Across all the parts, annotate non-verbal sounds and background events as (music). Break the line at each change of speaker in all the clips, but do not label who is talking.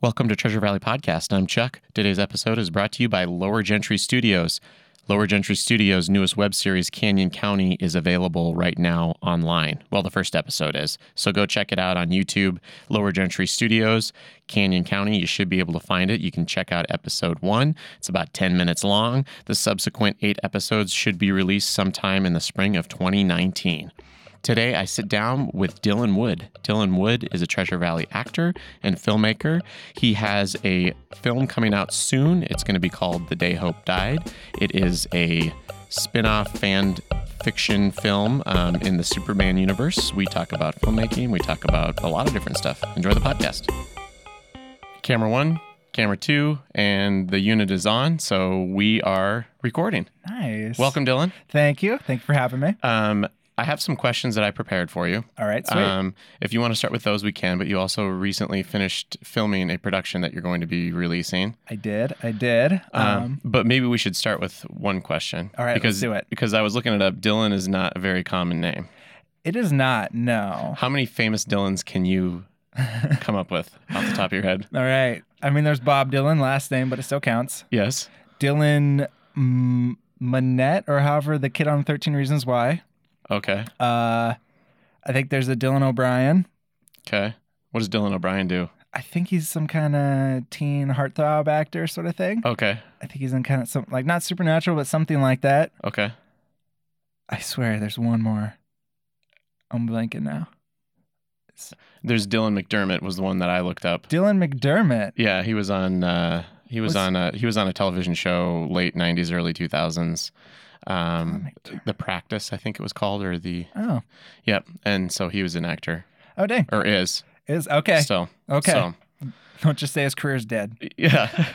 Welcome to Treasure Valley Podcast. I'm Chuck. Today's episode is brought to you by Lower Gentry Studios. Lower Gentry Studios' newest web series, Canyon County, is available right now online. Well, the first episode is. So go check it out on YouTube, Lower Gentry Studios, Canyon County. You should be able to find it. You can check out episode one. It's about 10 minutes long. The subsequent eight episodes should be released sometime in the spring of 2019. Today, I sit down with Dylan Wood. Dylan Wood is a Treasure Valley actor and filmmaker. He has a film coming out soon. It's going to be called The Day Hope Died. It is a spin off fan fiction film um, in the Superman universe. We talk about filmmaking, we talk about a lot of different stuff. Enjoy the podcast. Camera one, camera two, and the unit is on, so we are recording.
Nice.
Welcome, Dylan.
Thank you. Thank you for having me.
Um, I have some questions that I prepared for you.
All right. Sweet.
Um, if you want to start with those, we can. But you also recently finished filming a production that you're going to be releasing.
I did. I did. Um,
Um, but maybe we should start with one question.
All right, let's
because,
do it.
Because I was looking it up. Dylan is not a very common name.
it is not. No.
How many famous Dylans can
(laughs)
you come up with off the top of your head?
All right. I mean, there's Bob Dylan last name, but it still counts.
Yes.
Dylan mm, Manette, or however, the kid on Thirteen Reasons Why.
Okay.
Uh, I think there's a Dylan O'Brien.
Okay. What does Dylan O'Brien do?
I think he's some kind of teen heartthrob actor sort of thing.
Okay.
I think he's in kind of some like not supernatural, but something like that.
Okay.
I swear, there's one more. I'm blanking now.
There's Dylan McDermott was the one that I looked up.
Dylan McDermott.
Yeah, he was on. Uh, he was
What's-
on. A, he was on a television show late '90s, early 2000s. Um,
Dylan McDermott.
the Practice, I think it was called, or the.
Oh,
Yep. And so he was an actor,
oh, dang.
or is
Is okay.
still.
Eh, okay.
So
(laughs) Don't just say his career's dead.
yeah.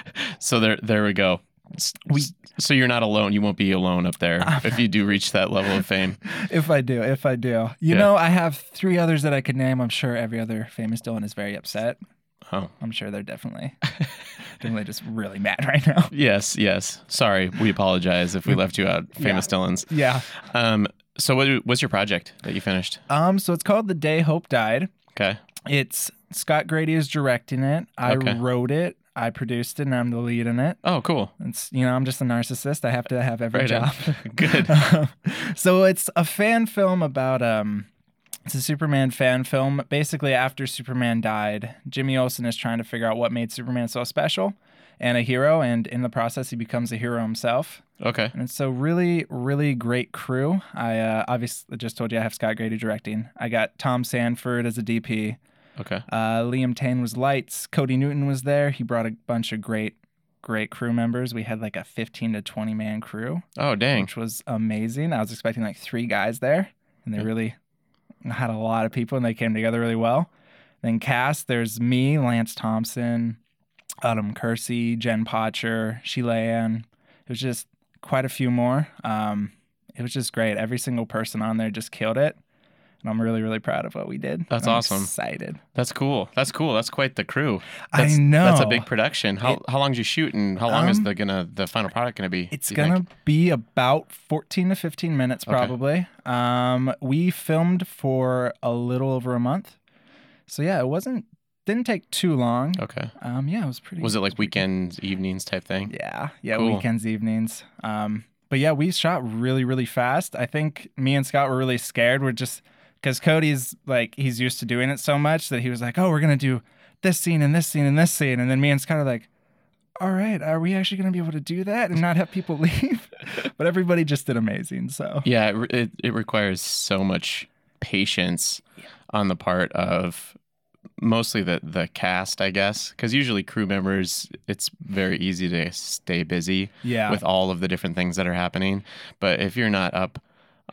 (laughs) so there, there we go. S-
We-
so you're not alone. You won't be alone up there if you do reach that level of fame.
If I do, if I do. You
Yeah.
know, I have three others that I could name. I'm sure every other famous Dylan is very upset.
Oh.
I'm sure they're definitely
(laughs)
definitely just really mad right now. (laughs)
Yes, yes. Sorry, we apologize if we left you out, famous Dylans.
Yeah.
Um, so what, what's your project that you finished?
Um, so it's called The Day Hope Died.
Okay.
It's Scott Grady is directing it. I
Okay.
wrote it. I produced it and I'm the lead in it.
Oh, cool.
It's you know, I'm just a narcissist. I have to have every
Right on.
job.
(laughs) Good.
(laughs) Um, so it's a fan film about um it's a Superman fan film. Basically, after Superman died, Jimmy Olsen is trying to figure out what made Superman so special and a hero, and in the process, he becomes a hero himself.
Okay.
And it's a really, really great crew. I uh, obviously just told you I have Scott Grady directing. I got Tom Sanford as a DP.
Okay.
Uh, Liam Tane was lights. Cody Newton was there. He brought a bunch of great, great crew members. We had like a 15 to 20 man crew
Oh, dang.
which was amazing. I was expecting like three guys there, and they
Yeah.
really had a lot of people, and they came together really well. Then cast, there's me, Lance Thompson, Adam Kersey, Jen Potcher, Sheila Ann. It was just quite a few more. Um, it was just great. Every single person on there just killed it, and I'm really, really proud of what we did.
That's
I'm
awesome.
Excited.
That's cool. That's cool. That's quite the crew.
I
That's,
know.
That's a big production. How how long did you shoot, and how long is
Um,
the gonna the final product gonna be?
It's
do you
gonna
think?
be about 14 to 15 minutes
Okay.
probably. Um, we filmed for a little over a month, so yeah, it wasn't didn't take too long.
Okay.
Um, yeah, it was pretty.
Was it like weekends, evenings type thing?
Yeah, yeah,
Cool.
weekends, evenings. Um, but yeah, we shot really, really fast. I think me and Scott were really scared. We're just because Cody's like he's used to doing it so much that he was like, "Oh, we're gonna do this scene and this scene and this scene," and then me and Scott are like. All right, are we actually going to be able to do that and not have people (laughs) leave? but everybody just did amazing. So,
Yeah. It, re- it it requires so much patience on the part of mostly the the cast, I guess, because usually crew members, it's very easy to stay busy.
yeah.
with all of the different things that are happening. But if you're not up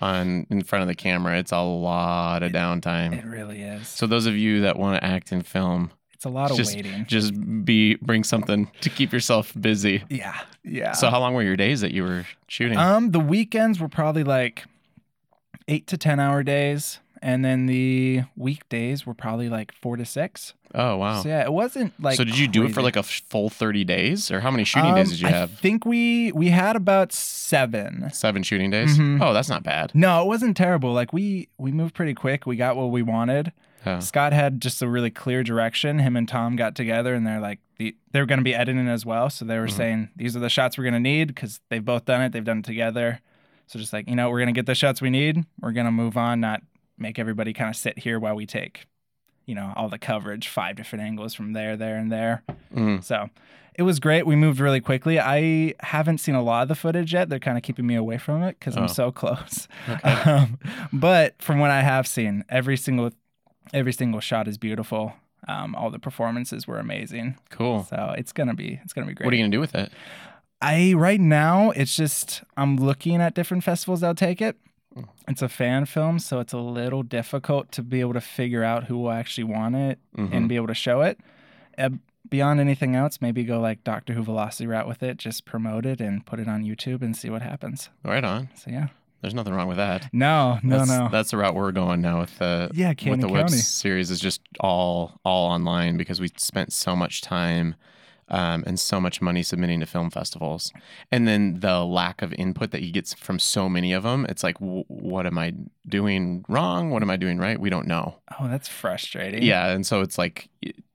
on in front of the camera, it's a lot of
it
downtime.
really is.
So those of you that want to act in film,
it's a lot of
just
waiting.
just be bring something to keep yourself busy.
Yeah. Yeah.
So how long were your days that you were shooting?
Uh, Um, the weekends were probably like eight to ten hour days, and then the weekdays were probably like four to six.
oh wow.
So yeah, it wasn't like.
so did you do it for
crazy.
like a f- full 30 days or how many shooting days
Um,
did you
I
have?
think we we had about seven.
Seven shooting days?
Mhm.
Oh, that's not bad.
No, it wasn't terrible. Like we we moved pretty quick. We got what we wanted.
Yeah.
Scott had just a really clear direction. Him and Tom got together and they're like, the, they were going to be editing as well. So they were
Mhm.
saying, these are the shots we're going to need because they've both done it. They've done it together. So just like, you know, we're going to get the shots we need. We're going to move on, not make everybody kind of sit here while we take, you know, all the coverage, five different angles from there, there, and there.
Mm.
So it was great. We moved really quickly. I haven't seen a lot of the footage yet. They're kind of keeping me away from it because
Oh.
I'm so close.
Okay.
(laughs) Um, but from what I have seen, every single every single shot is beautiful. Um, all the performances were amazing.
Cool.
So it's gonna be it's gonna be great.
What are you gonna do with it?
I right now it's just I'm looking at different festivals that'll take it.
Mm.
It's a fan film, so it's a little difficult to be able to figure out who will actually want it
Mhm.
and be able to show it. Uh, beyond anything else, maybe go like Doctor Who Velocity route with it, just promote it and put it on YouTube and see what happens.
right on.
So yeah,
There's nothing wrong with that.
no, no,
that's,
no,
That's the route we're going now with the
yeah,
with the
Canyon
web
County.
series is just all all online because we spent so much time um, and so much money submitting to film festivals, and then the lack of input that you get from so many of them. It's like, w- what am I doing wrong? What am I doing right? We don't know.
Oh, that's frustrating.
Yeah, and so it's like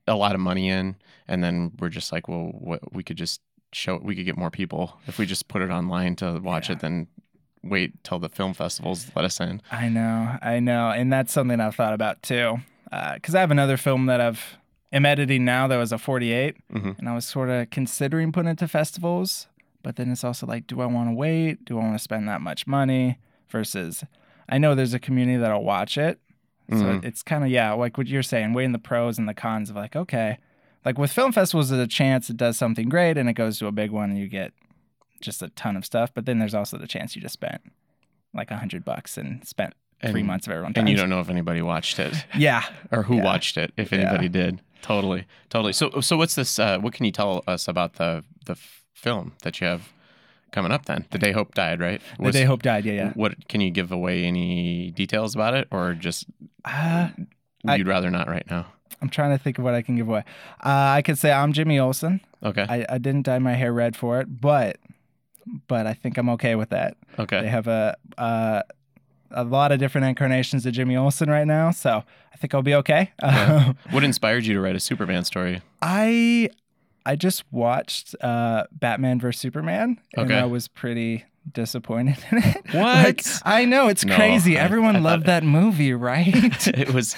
a lot of money in, and then we're just like, well, what, we could just show it. We could get more people if we just put it online to watch
Yeah.
it. Then wait till the film festivals let us in.
I know, I know, and that's something I've thought about too. Because Uh, I have another film that I've am editing now that was a 48,
Mhm.
and I was sort of considering putting it to festivals, but then it's also like, do I want to wait? Do I want to spend that much money? Versus, I know there's a community that'll watch it, so
Mhm.
it's kind of yeah, like what you're saying, weighing the pros and the cons of like, okay, like with film festivals, there's a chance it does something great and it goes to a big one and you get just a ton of stuff, but then there's also the chance you just spent like a hundred bucks and spent three
And-
months of everyone.
and you don't know if anybody watched it.
Yeah.
or who
Yeah.
watched it, if
Yeah.
anybody did. Totally, totally. So, so what's this? Uh, what can you tell us about the the f- film that you have coming up? Then, the day Hope died, right?
The
Was-
day Hope died. Yeah, yeah.
What can you give away? Any details about it, or just
Uh, I-
you'd rather not right now?
I'm trying to think of what I can give away. Uh, I could say I'm Jimmy Olsen.
Okay,
I, I didn't dye my hair red for it, but but I think I'm okay with that. They (laughs)
okay.
have a uh, a lot of different incarnations of Jimmy Olsen right now, so I think I'll be okay. Um,
Yeah. What inspired you to write a Superman story?
I I just watched uh, Batman vs Superman, and
Okay.
I was pretty disappointed in it. (laughs)
What?
Like, I know it's
No,
crazy.
I-
Everyone
I thought
loved
it-
that
(laughs)
movie, right?
it was,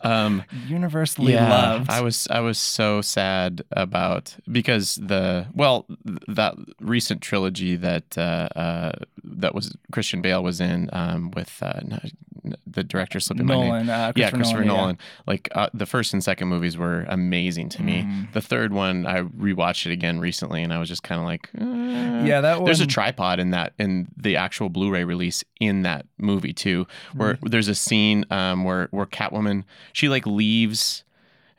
um,
Universally loved.
I was I was so sad about because the well th- that recent trilogy that uh, uh, that was Christian Bale was in um, with uh, n- n- the director slipping my name.
Nolan, uh,
Yeah, Christopher Nolan.
yeah.
Like uh, the first and second movies were amazing to me.
Mm.
The third one, I rewatched it again recently, and I was just kind of like, eh.
Yeah, that one.
There's a tripod in that in the actual Blu-ray release in that movie too, where there's a scene um, where where Catwoman she like leaves,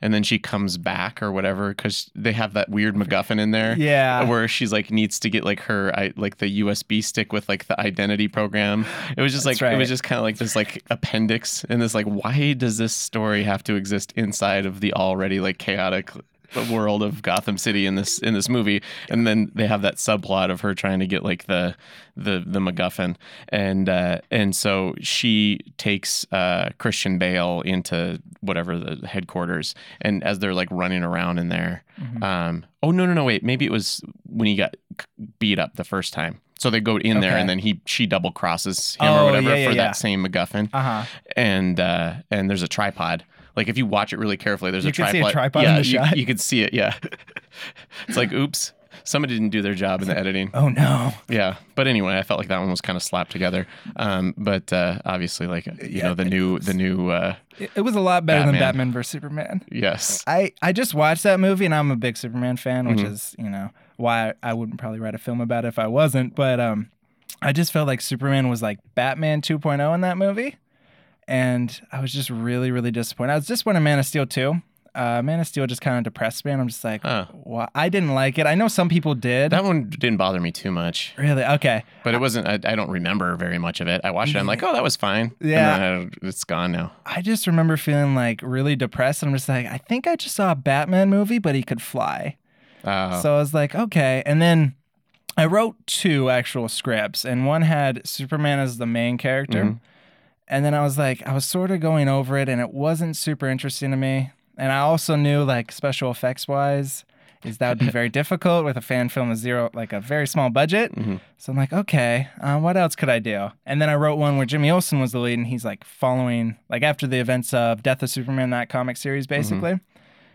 and then she comes back or whatever because they have that weird MacGuffin in there.
yeah.
Where she's like needs to get like her I, like the USB stick with like the identity program. It was just
That's
like it
right.
was just kind of like this like appendix and this like why does this story have to exist inside of the already like chaotic world of Gotham City in this in this movie? And then they have that subplot of her trying to get like the the the MacGuffin and uh, and so she takes uh, Christian Bale into whatever the headquarters and as they're like running around in there.
Mhm.
Um, oh no, no, no, wait. Maybe it was when he got c- beat up the first time. So they go in there,
Okay.
and then he she double crosses him or
Oh,
whatever
yeah, yeah,
for
yeah.
that same MacGuffin,
Uh-huh.
and uh, and there's a tripod. Like if you watch it really carefully, there's
You
a
can
tripod.
see a tripod in
yeah,
the
you,
shot.
you can see it. Yeah, (laughs) it's like oops, somebody didn't do their job in the editing.
(laughs) Oh no.
Yeah, but anyway, I felt like that one was kind of slapped together. Um, but uh, obviously, like you
Yeah,
know, the new the new uh,
It, it was a lot better than
Batman.
Batman vs Superman.
yes,
I I just watched that movie and I'm a big Superman fan, which
Mhm.
is, you know, why I wouldn't probably write a film about it if I wasn't, but um I just felt like Superman was like Batman 2.0 in that movie. And I was just really, really disappointed. I was disappointed in Man of Steel too. Uh, Man of Steel just kind of depressed me, and I'm just like,
Huh.
why? I didn't like it. I know some people did.
that one didn't bother me too much.
really? Okay.
But it wasn't. I, I don't remember very much of it. I watched it. I'm like, oh, that was fine. And
Mm-hmm. Yeah.
then I- it's gone now.
I just remember feeling like really depressed. And I'm just like, I think I just saw a Batman movie, but he could fly.
Uh,
So I was like, okay. And then I wrote two actual scripts, and one had Superman as the main character,
Mhm.
And then I was like, I was sort of going over it and it wasn't super interesting to me. And I also knew, like, special effects wise, is that would be very difficult with a fan film with zero, like a very small budget.
Mhm.
So I'm like, okay, uh, what else could I do? And then I wrote one where Jimmy Olsen was the lead and he's like following, like, after the events of Death of Superman, that comic series, basically,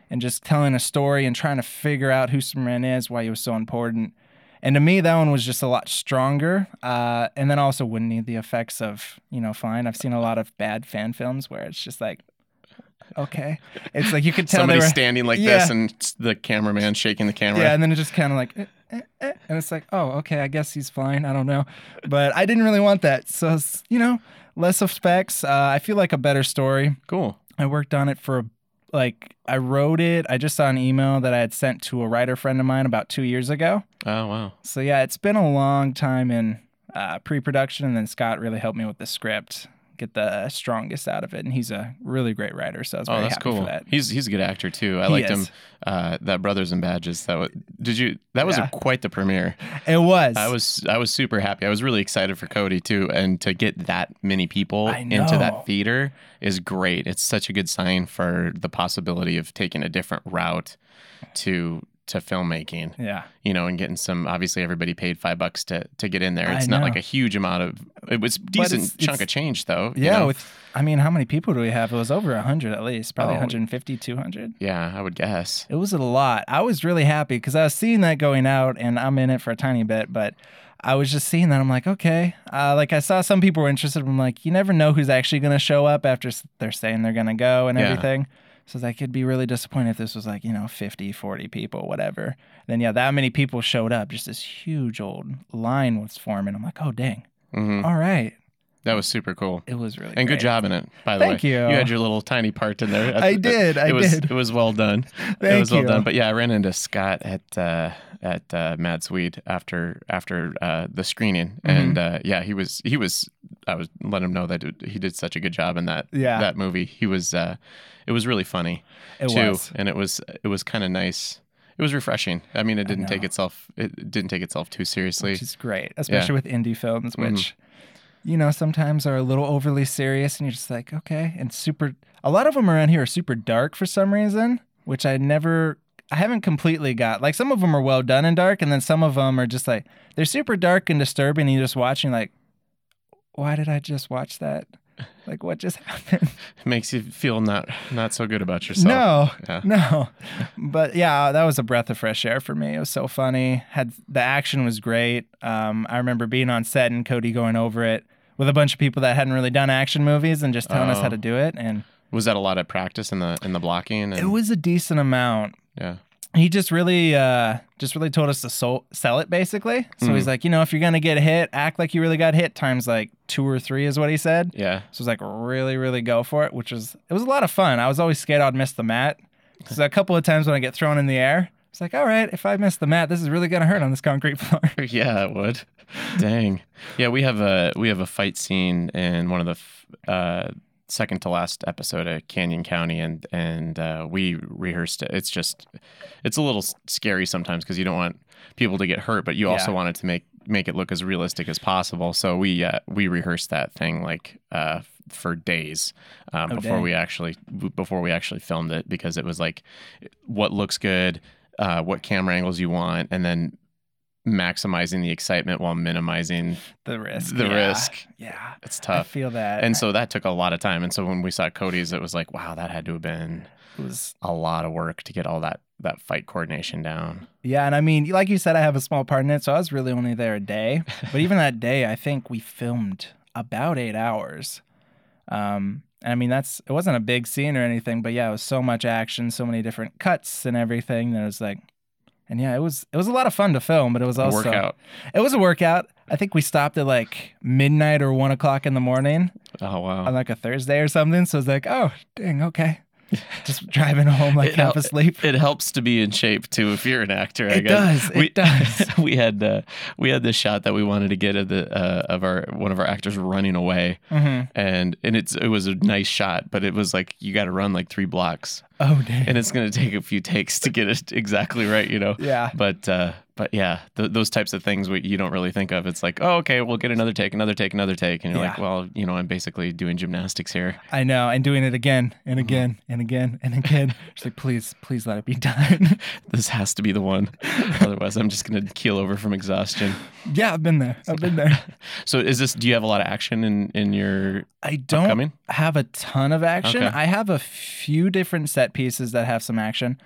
and just telling a story and trying to figure out who Superman is, why he was so important. And to me, that one was just a lot stronger. Uh, and then I also wouldn't need the effects of, you know, fine. I've seen a lot of bad fan films where it's just like, okay. It's like you could tell
Somebody
they were.
standing like this
Yeah.
and s- the cameraman shaking the camera.
Yeah, and then it just kind of like, eh, eh, eh, and it's like, oh, okay, I guess he's flying. I don't know, but I didn't really want that. So it's, you know, less of specs. Uh, I feel like a better story.
Cool.
I worked on it for like I wrote it. I just saw an email that I had sent to a writer friend of mine about two years ago.
Oh wow.
So yeah, it's been a long time in uh, pre-production, and then Scott really helped me with the script, get the strongest out of it, and he's a really great writer. So I was
Oh,
very
that's
happy
cool.
for that.
He's he's a good actor too. I
He
liked
is.
him. Uh, that Brothers and Badges. That was, did you? That was a-
Yeah.
quite the premiere.
It was.
I was I was super happy. I was really excited for Cody too, and to get that many people
I
into
know.
that theater is great. It's such a good sign for the possibility of taking a different route to to filmmaking.
Yeah.
You know, and getting some. Obviously, everybody paid five bucks to to get in there.
I
It's not
know.
like a huge amount of. It was decent
it's-
chunk
it's-
of change though. you
Yeah,
know?
with I mean, how many people do we have? It was over 100 at least, probably
Oh.
150, 200.
yeah, I would guess.
It was a lot. I was really happy because I was seeing that going out, and I'm in it for a tiny bit, but I was just seeing that. I'm like, okay. Uh, like, I saw some people were interested. but I'm like, you never know who's actually going to show up after s- they're saying they're going to go and
Yeah.
everything. So I was like, it'd be really disappointed if this was like, you know, 50, 40 people, whatever. Then, yeah, that many people showed up. Just this huge old line was forming. I'm like, oh, dang.
hmm
All right.
That was super cool.
It was really
And good
great.
job in it, by the
Thank
way.
you.
You had your little tiny part in there.
(laughs) I did. I
it was
did.
it was well done. it
Thank
was well
you.
done. But yeah, I ran into Scott at uh, at uh, Mad Swede after after uh, the screening,
Mm-hmm.
and uh, yeah, he was he was I was let him know that he did such a good job in that
Yeah.
that movie. He was uh, it was really funny
It
too,
was.
and it was it was kind of nice. It was refreshing. I mean, it didn't take
know.
itself it didn't take itself too seriously.
which is great, especially with indie films, which
Mhm.
you know sometimes are a little overly serious, and you're just like, okay, and super. A lot of them around here are super dark for some reason, which I never, I haven't completely got. Like some of them are well done and dark, and then some of them are just like they're super dark and disturbing, and you're just watching like, why did I just watch that? Like what just (laughs) happened?
It makes you feel not not so good about yourself.
no,
Yeah.
no. (laughs) But yeah, that was a breath of fresh air for me. It was so funny. Had the action was great. Um, I remember being on set and Cody going over it with a bunch of people that hadn't really done action movies and just telling us how
Oh.
to do it. And
Was that a lot of practice in the in the blocking? And,
it was a decent amount.
yeah.
He just really, uh, just really told us to sol- sell it basically. So he's
Hmm.
like, you know, if you're gonna get hit, act like you really got hit times like two or three is what he said.
Yeah.
So it was like really, really go for it, which was it was a lot of fun. I was always scared I'd miss the mat. Because a couple of times when I get thrown in the air, it's like, all right, if I miss the mat, this is really gonna hurt on this concrete (laughs) floor.
(laughs) Yeah, it would. Dang. Yeah, we have a we have a fight scene in one of the f- uh, second to last episode of Canyon County, and and uh, we rehearsed it. It's just it's a little s- scary sometimes because you don't want people to get hurt, but you also
Yeah.
wanted to make make it look as realistic as possible. So we uh, we rehearsed that thing like uh, f- for days um,
Oh,
before
dang.
we actually b- before we actually filmed it because it was like what looks good, uh, what camera angles you want, and then maximizing the excitement while minimizing
The risk.
the
yeah.
risk.
Yeah.
It's
I
tough.
feel that.
And so that took a lot of time. And so when we saw Cody's, it was like, wow, that had to have been
it was
a lot of work to get all that that fight coordination down.
yeah, and I mean, like you said, I have a small part in it, so I was really only there
(laughs)
a day. But even that day, I think we filmed about eight hours. Um, and I mean, that's it wasn't a big scene or anything, but yeah, it was so much action, so many different cuts and everything that it was like, and yeah, it was it was a lot of fun to film, but it was
A
also
workout.
It was a workout. I think we stopped at like midnight or one o'clock in the morning
Oh
on
wow.
like a Thursday or something. So it's like, oh, dang,
(laughs)
okay. Just driving home like
It
half
hel-
asleep.
It helps to be in shape too if you're an actor. I
It
guess.
does. It
we, (laughs)
does.
we had uh, we had this shot that we wanted to get of the uh, of our one of our actors running away,
hmm
and and it's it was a nice shot, but it was like you got to run like three blocks,
Oh, dang.
and it's gonna take a few takes to get it (laughs) exactly right, you know.
yeah.
But uh, But yeah, th- those types of things we, you don't really think of. It's like, oh, okay, we'll get another take, another take, another take, and you're like,
Yeah.
well, you know, I'm basically doing gymnastics here.
I know, and doing it again
Mm-hmm.
and again and again and
(laughs)
again. She's like, please, please let it be done. (laughs)
This has to be the one. (laughs) Otherwise, I'm just gonna keel over from exhaustion.
yeah, I've been there. I've been
(laughs)
there.
So, is this? Do you have a lot of action in in your
I don't
Upcoming?
have a ton of action.
Okay.
I have a few different set pieces that have some action.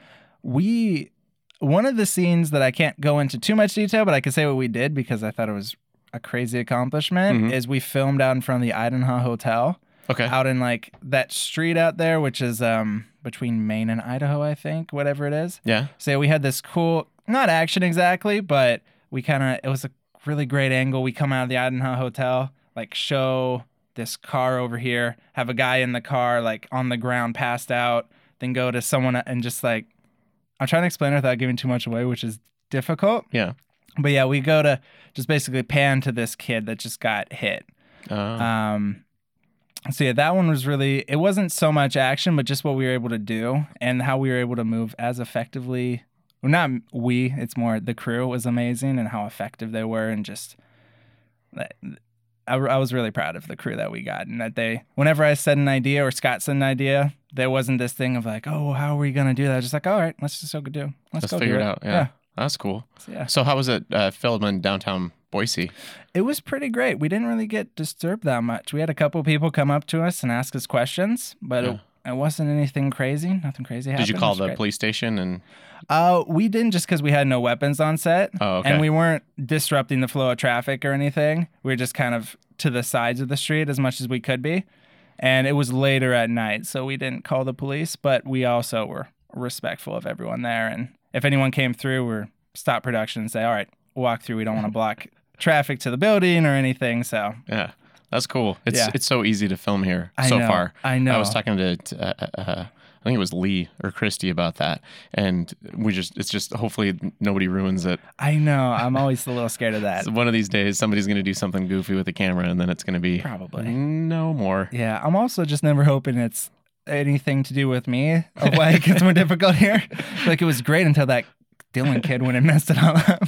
We one of the scenes that I can't go into too much detail, but I can say what we did because I thought it was a crazy accomplishment
Mhm.
is we filmed out in front of the Idaho Hotel
okay?
out in like that street out there which is um between Maine and Idaho, I think, whatever it is.
yeah.
So we had this cool, not action exactly, but we kind of, it was a really great angle. We come out of the Idaho Hotel, like show this car over here, have a guy in the car, like on the ground, passed out, then go to someone and just like, I'm trying to explain it without giving too much away, which is difficult.
Yeah.
But yeah, we go to just basically pan to this kid that just got hit.
Uh,
Um, so yeah, that one was really. It wasn't so much action, but just what we were able to do and how we were able to move as effectively. Well, not we. It's more the crew was amazing and how effective they were and just. like, I, I was really proud of the crew that we got and that they. Whenever I said an idea or Scott said an idea, there wasn't this thing of like, oh, how are we gonna do that? Just like, all right, let's just go do. Let's,
let's
go
figure
do
it out. Yeah. that's cool.
So, yeah.
So, how was it uh, filmed in downtown Boise?
It was pretty great. We didn't really get disturbed that much. We had a couple people come up to us and ask us questions, but it, it wasn't anything crazy. Nothing crazy happened.
Did you
It
call
was
the
great.
police station and?
Uh, we didn't just because we had no weapons on set,
Oh, okay.
and we weren't disrupting the flow of traffic or anything. We were just kind of to the sides of the street as much as we could be, and it was later at night, so we didn't call the police. But we also were respectful of everyone there, and if anyone came through, we stop production and say, "All right, walk through.
(laughs)
We don't want to block." traffic to the building or anything so
Yeah, that's cool. It's
Yeah.
it's so easy to film here
I
so
know,
far.
I know.
I was talking to t- uh, uh, uh, I think it was Lee or Christy about that, and we just it's just hopefully nobody ruins it.
I know. I'm always a little scared of that.
So one of these days somebody's gonna do something goofy with the camera, and then it's gonna be
Probably.
no more.
Yeah. I'm also just never hoping it's anything to do with me of why it gets (laughs) more difficult here. Like it was great until that Dylan kid went and messed it all up.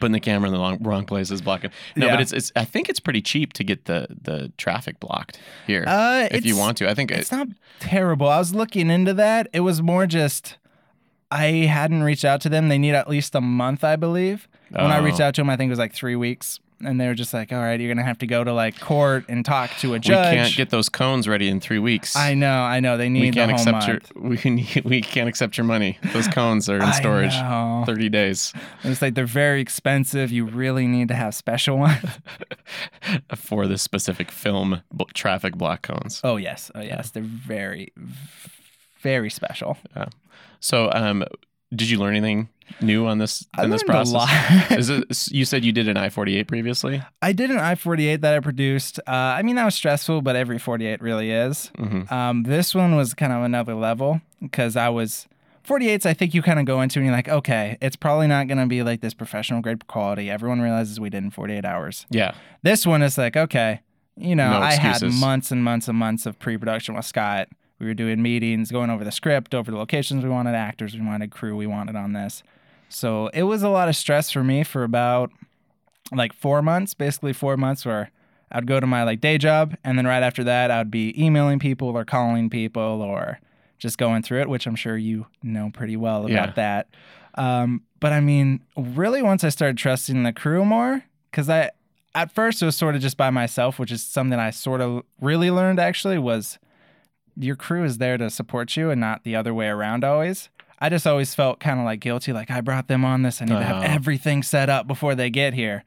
Putting the camera in the long, wrong place is blocking. No,
Yeah.
but it's it's I think it's pretty cheap to get the the traffic blocked here
(laughs) Uh,
if you
it's-
want to. I think it,
It's not terrible. I was looking into that. It was more just I hadn't reached out to them. They need at least a month, I believe. When I
Oh.
reached out to them, I think it was like three weeks. And they were just like, all right, you're going to have to go to like court and talk to a
we
judge.
can't get those cones ready in three weeks.
I know, I know. They need
we can't
the whole
accept
month.
your (laughs) we need, we can't accept your money.
(laughs)
Those cones are in
I
storage.
know.
30 days. (laughs)
And It's like they're very expensive. You really need to have special (laughs) ones.
for this specific film bl- traffic block cones.
oh yes, oh yes, they're very, very special.
So, um, did you learn anything new on this
I
in this
learned
process?
a lot. (laughs)
Is it, you said you did an I forty eight previously?
I did an I forty eight that I produced. Uh, I mean that was stressful, but every forty eight really is.
Mm-hmm.
Um, this one was kind of another level because I was. 48s, I think you kind of go into and you're like, okay, it's probably not going to be like this professional grade quality. Everyone realizes we did in 48 hours.
Yeah,
This one is like, okay, you know,
No
I had
excuses.
months and months and months of pre production with Scott. We were doing meetings, going over the script, over the locations we wanted, actors we wanted, crew we wanted on this. So it was a lot of stress for me for about like four months, basically four months where I'd go to my like day job. And then right after that, I'd be emailing people or calling people or just going through it, which I'm sure you know pretty well about
Yeah.
that. Um, but I mean, really, once I started trusting the crew more, because I, at first it was sort of just by myself, which is something I sort of really learned actually was your crew is there to support you and not the other way around always. I just always felt kind of like guilty, like I brought them on this. I need to have
Uh-huh.
everything set up before they get here.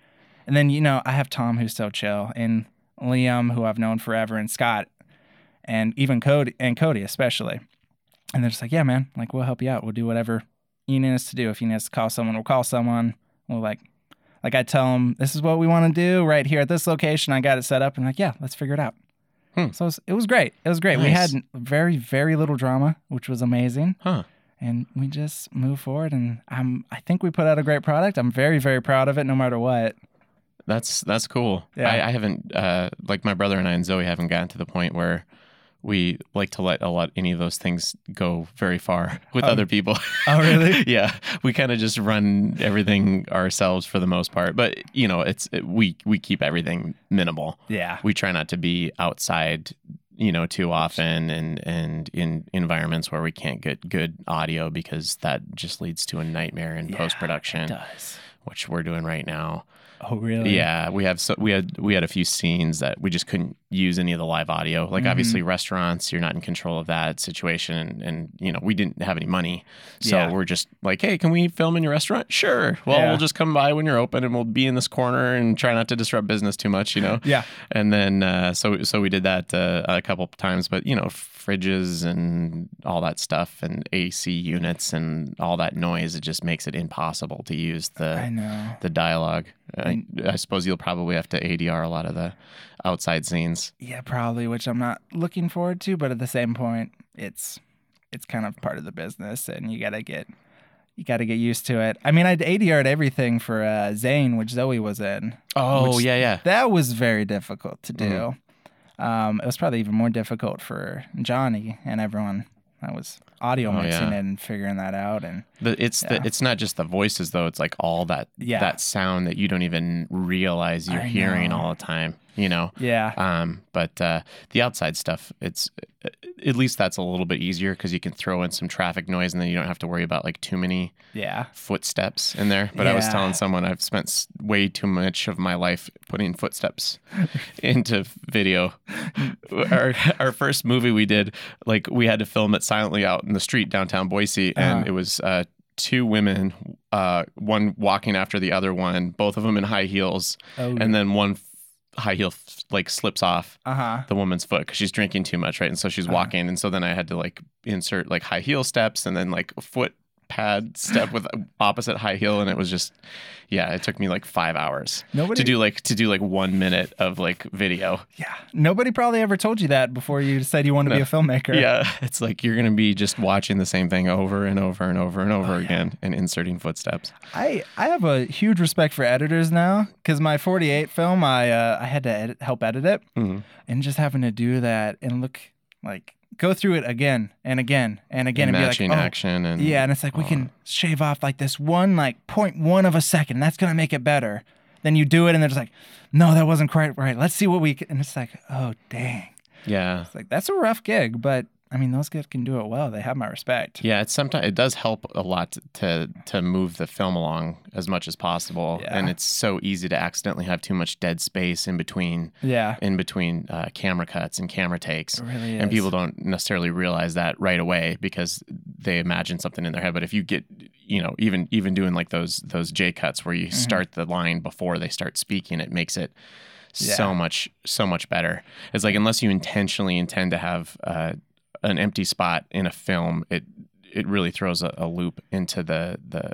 And then, you know, I have Tom who's so chill and Liam, who I've known forever, and Scott, and even Cody and Cody especially. And they're just like, yeah, man, like we'll help you out. We'll do whatever you need us to do. If you need us to call someone, we'll call someone. We'll like, like I tell them, this is what we want to do right here at this location. I got it set up, and like, yeah, let's figure it out.
Hmm.
So it was, it was great. It was great. We
Nice.
had very, very little drama, which was amazing.
huh?
And we just moved forward, and I'm, I think we put out a great product. I'm very, very proud of it, no matter what.
That's that's cool.
Yeah.
I, I haven't uh, like my brother and I and Zoe haven't gotten to the point where we like to let a lot any of those things go very far with
Um,
other people.
Oh, really?
yeah, we kind of just run everything ourselves for the most part. But you know, it's it, we we keep everything minimal.
(laughs) yeah.
We try not to be outside, you know, too often, and and in environments where we can't get good audio because that just leads to a nightmare in
Yeah, it
post production,
does.
which we're doing right now.
Oh, really?
Yeah, we have so we had we had a few scenes that we just couldn't use any of the live audio. Like
Mhm.
obviously restaurants, you're not in control of that situation, and, and you know we didn't have any money, so
Yeah.
we're just like, hey, can we film in your restaurant? Sure. Well,
Yeah.
we'll just come by when you're open, and we'll be in this corner and try not to disrupt business too much, you know.
(laughs) Yeah.
And then uh, so so we did that uh, a couple of times, but you know fridges and all that stuff and AC units and all that noise, it just makes it impossible to use the
I know.
the dialogue. I,
Mm.
I suppose you'll probably have to ADR a lot of the outside scenes.
Yeah, probably, which I'm not looking forward to, but at the same point, it's it's kind of part of the business and you gotta get you gotta get used to it. I mean I'd ADR'd everything for uh Zane, which Zoe was in.
Oh
Which-
yeah, yeah.
That was very difficult to do.
Mm-hmm.
Um, it was probably even more difficult for Johnny and everyone that was audio
Oh,
mixing
yeah.
and figuring that out and
The, it's
Yeah.
the, it's not just the voices though. It's like all that
Yeah.
that sound that you don't even realize you're
I
hearing
know.
all the time. You know.
yeah.
Um, but uh, the outside stuff, it's at least that's a little bit easier because you can throw in some traffic noise and then you don't have to worry about like too many
Yeah.
footsteps in there. But I was
Yeah.
telling someone I've spent s- way too much of my life putting
(laughs)
footsteps into video. our our first movie we did, like we had to film it silently out in the street downtown Boise, and
Uh-huh.
it was uh, two women, uh, one walking after the other one, both of them in high heels,
Oh
and then one f- high heel f- like slips off
uh huh.
the woman's foot because she's drinking too much, right? And so she's
Uh-huh.
walking, and so then I had to like insert like high heel steps and then like foot pad step
(laughs)
with opposite high heel, and it was just, yeah, it took me like five hours
Nobody
to do like to do like one minute of like video.
Yeah. Nobody probably ever told you that before you said you wanted to be
No.
a filmmaker.
Yeah, (laughs) it's like you're gonna be just watching the same thing over and over and over and over
Oh, yeah.
again and inserting footsteps.
I, I have a huge respect for editors now because my 48 film, I uh, I had to edit, help edit it.
Mhm.
And just having to do that and look like go through it again and again and again and, be
matching
like, oh,
action and
yeah. And it's like, we
Oh.
can shave off like this one, like 0.1 of a second. That's going to make it better. Then you do it and they're just like, no, that wasn't quite right. Let's see what we can. And it's like, oh, dang.
yeah.
It's like, that's a rough gig, but I mean, those guys can do it well. They have my respect.
Yeah, it's sometimes it does help a lot to to move the film along as much as possible,
Yeah.
and it's so easy to accidentally have too much dead space in between
Yeah.
in between uh, camera cuts and camera takes,
It really is.
and people don't necessarily realize that right away because they imagine something in their head. But if you get you know even even doing like those those J cuts where you
Mm-hmm.
start the line before they start speaking, it makes it
Yeah.
so much so much better. It's like unless you intentionally intend to have uh, an empty spot in a film, it it really throws a, a loop into the the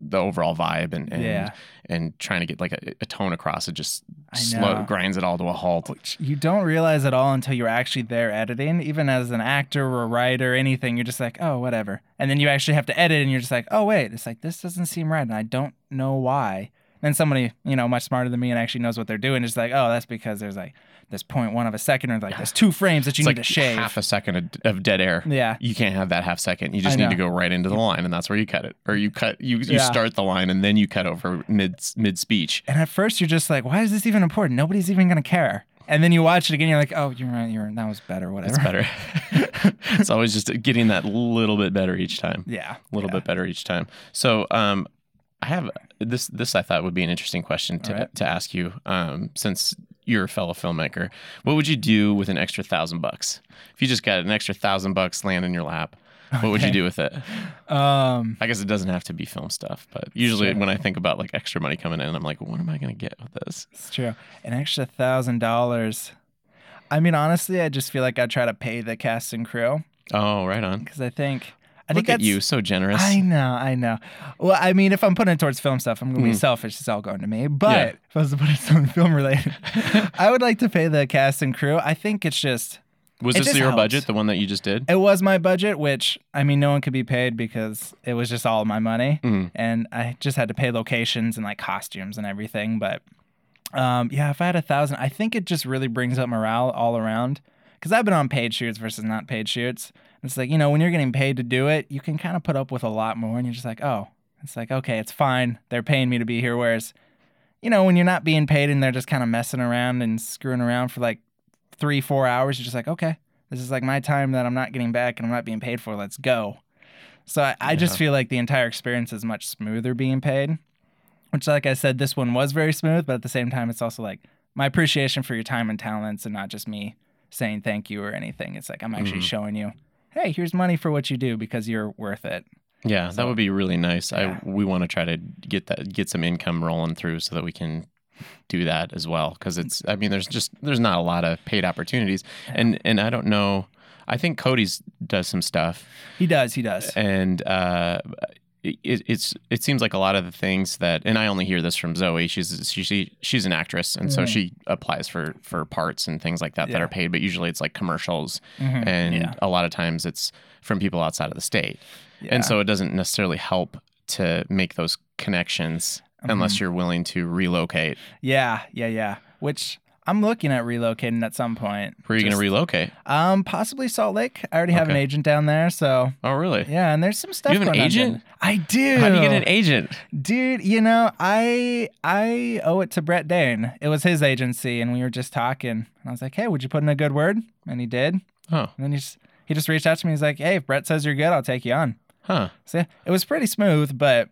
the overall vibe and and,
Yeah.
and trying to get like a, a tone across it just
I
slow
know.
grinds it all to a halt.
Which you don't realize at all until you're actually there editing, even as an actor or a writer or anything. You're just like, oh, whatever. And then you actually have to edit and you're just like, oh, wait, it's like, this doesn't seem right. And I don't know why. Then somebody, you know, much smarter than me and actually knows what they're doing is like, oh, that's because there's like this point one of a second or like there's two
(sighs)
frames that you
it's like
need to shave.
half a second of, of dead air.
yeah.
You can't have that half second. You just
I
need
know.
to go right into the line, and that's where you cut it, or you cut you you
Yeah.
start the line and then you cut over mid mid speech.
And at first you're just like, why is this even important? Nobody's even going to care. And then you watch it again, you're like, oh, you're right, you're right. That was better, whatever.
It's better. (laughs) it's always just getting that little bit better each time.
(laughs) Yeah.
a little
Yeah.
bit better each time. So, um, I have this. This I thought would be an interesting question to,
All right.
to ask you, um, since you're a fellow filmmaker. What would you do with an extra thousand bucks if you just got an extra thousand bucks land in your lap? What would you
Okay.
do with it?
Um,
I guess it doesn't have to be film stuff, but usually
Sure.
when I think about like extra money coming in, I'm like, what am I going to get with this?
It's true. An extra thousand dollars. I mean, honestly, I just feel like I try to pay the cast and crew
Oh, right on.
because I think I
Look
think
at
that's
you, so generous.
I know, I know. Well, I mean, if I'm putting it towards film stuff, I'm gonna be selfish. It's all going to me. But
Mm. Yeah.
if I was to put it something film
(laughs)
related, I would like to pay the cast and crew. I think it's just
Was
it
this
just
your
helps.
budget, the one that you just did?
it was my budget, which I mean, no one could be paid because it was just all my money,
Mm.
and I just had to pay locations and like costumes and everything. But um, yeah, if I had a thousand, I think it just really brings up morale all around because I've been on paid shoots versus not paid shoots. And it's like, you know, when you're getting paid to do it, you can kind of put up with a lot more and you're just like, oh, it's like, okay, it's fine. They're paying me to be here. Whereas, you know, when you're not being paid and they're just kind of messing around and screwing around for like three, four hours, you're just like, okay, this is like my time that I'm not getting back and I'm not being paid for. Let's go. So I, I just
Yeah.
feel like the entire experience is much smoother being paid, which, like I said, this one was very smooth, but at the same time, it's also like my appreciation for your time and talents and not just me saying thank you or anything. It's like I'm actually
Mhm.
showing you, hey, here's money for what you do because you're worth it.
Yeah, that
So-
would be really nice.
Yeah.
I we want to try to get that get some income rolling through so that we can do that as well because it's I mean there's just there's not a lot of paid opportunities and and I don't know I think Cody's does some stuff
He does, he does.
and uh, it, it's it seems like a lot of the things that and I only hear this from Zoe she's she, she she's an actress and so
Mhm.
she applies for for parts and things like that that
Yeah.
are paid but usually it's like commercials
Mhm.
and
Yeah.
a lot of times it's from people outside of the state
Yeah.
and so it doesn't necessarily help to make those connections
Mm-hmm.
unless you're willing to relocate.
Yeah, yeah, yeah. Which I'm looking at relocating at some point.
Where are you going to
Just-
relocate?
Um, possibly Salt Lake. I already have an
Okay.
agent down there, so
Oh, really?
yeah. And there's some stuff.
You have an
going on
agent?
down- I do.
How do you get an agent?
Dude, you know, I I owe it to Brett Dane. It was his agency, and we were just talking. And I was like, "Hey, would you put in a good word?" And he did. And
Oh,
then he just he just reached out to me. He's like, "Hey, if Brett says you're good, I'll take you on."
huh.
So yeah, it was pretty smooth, but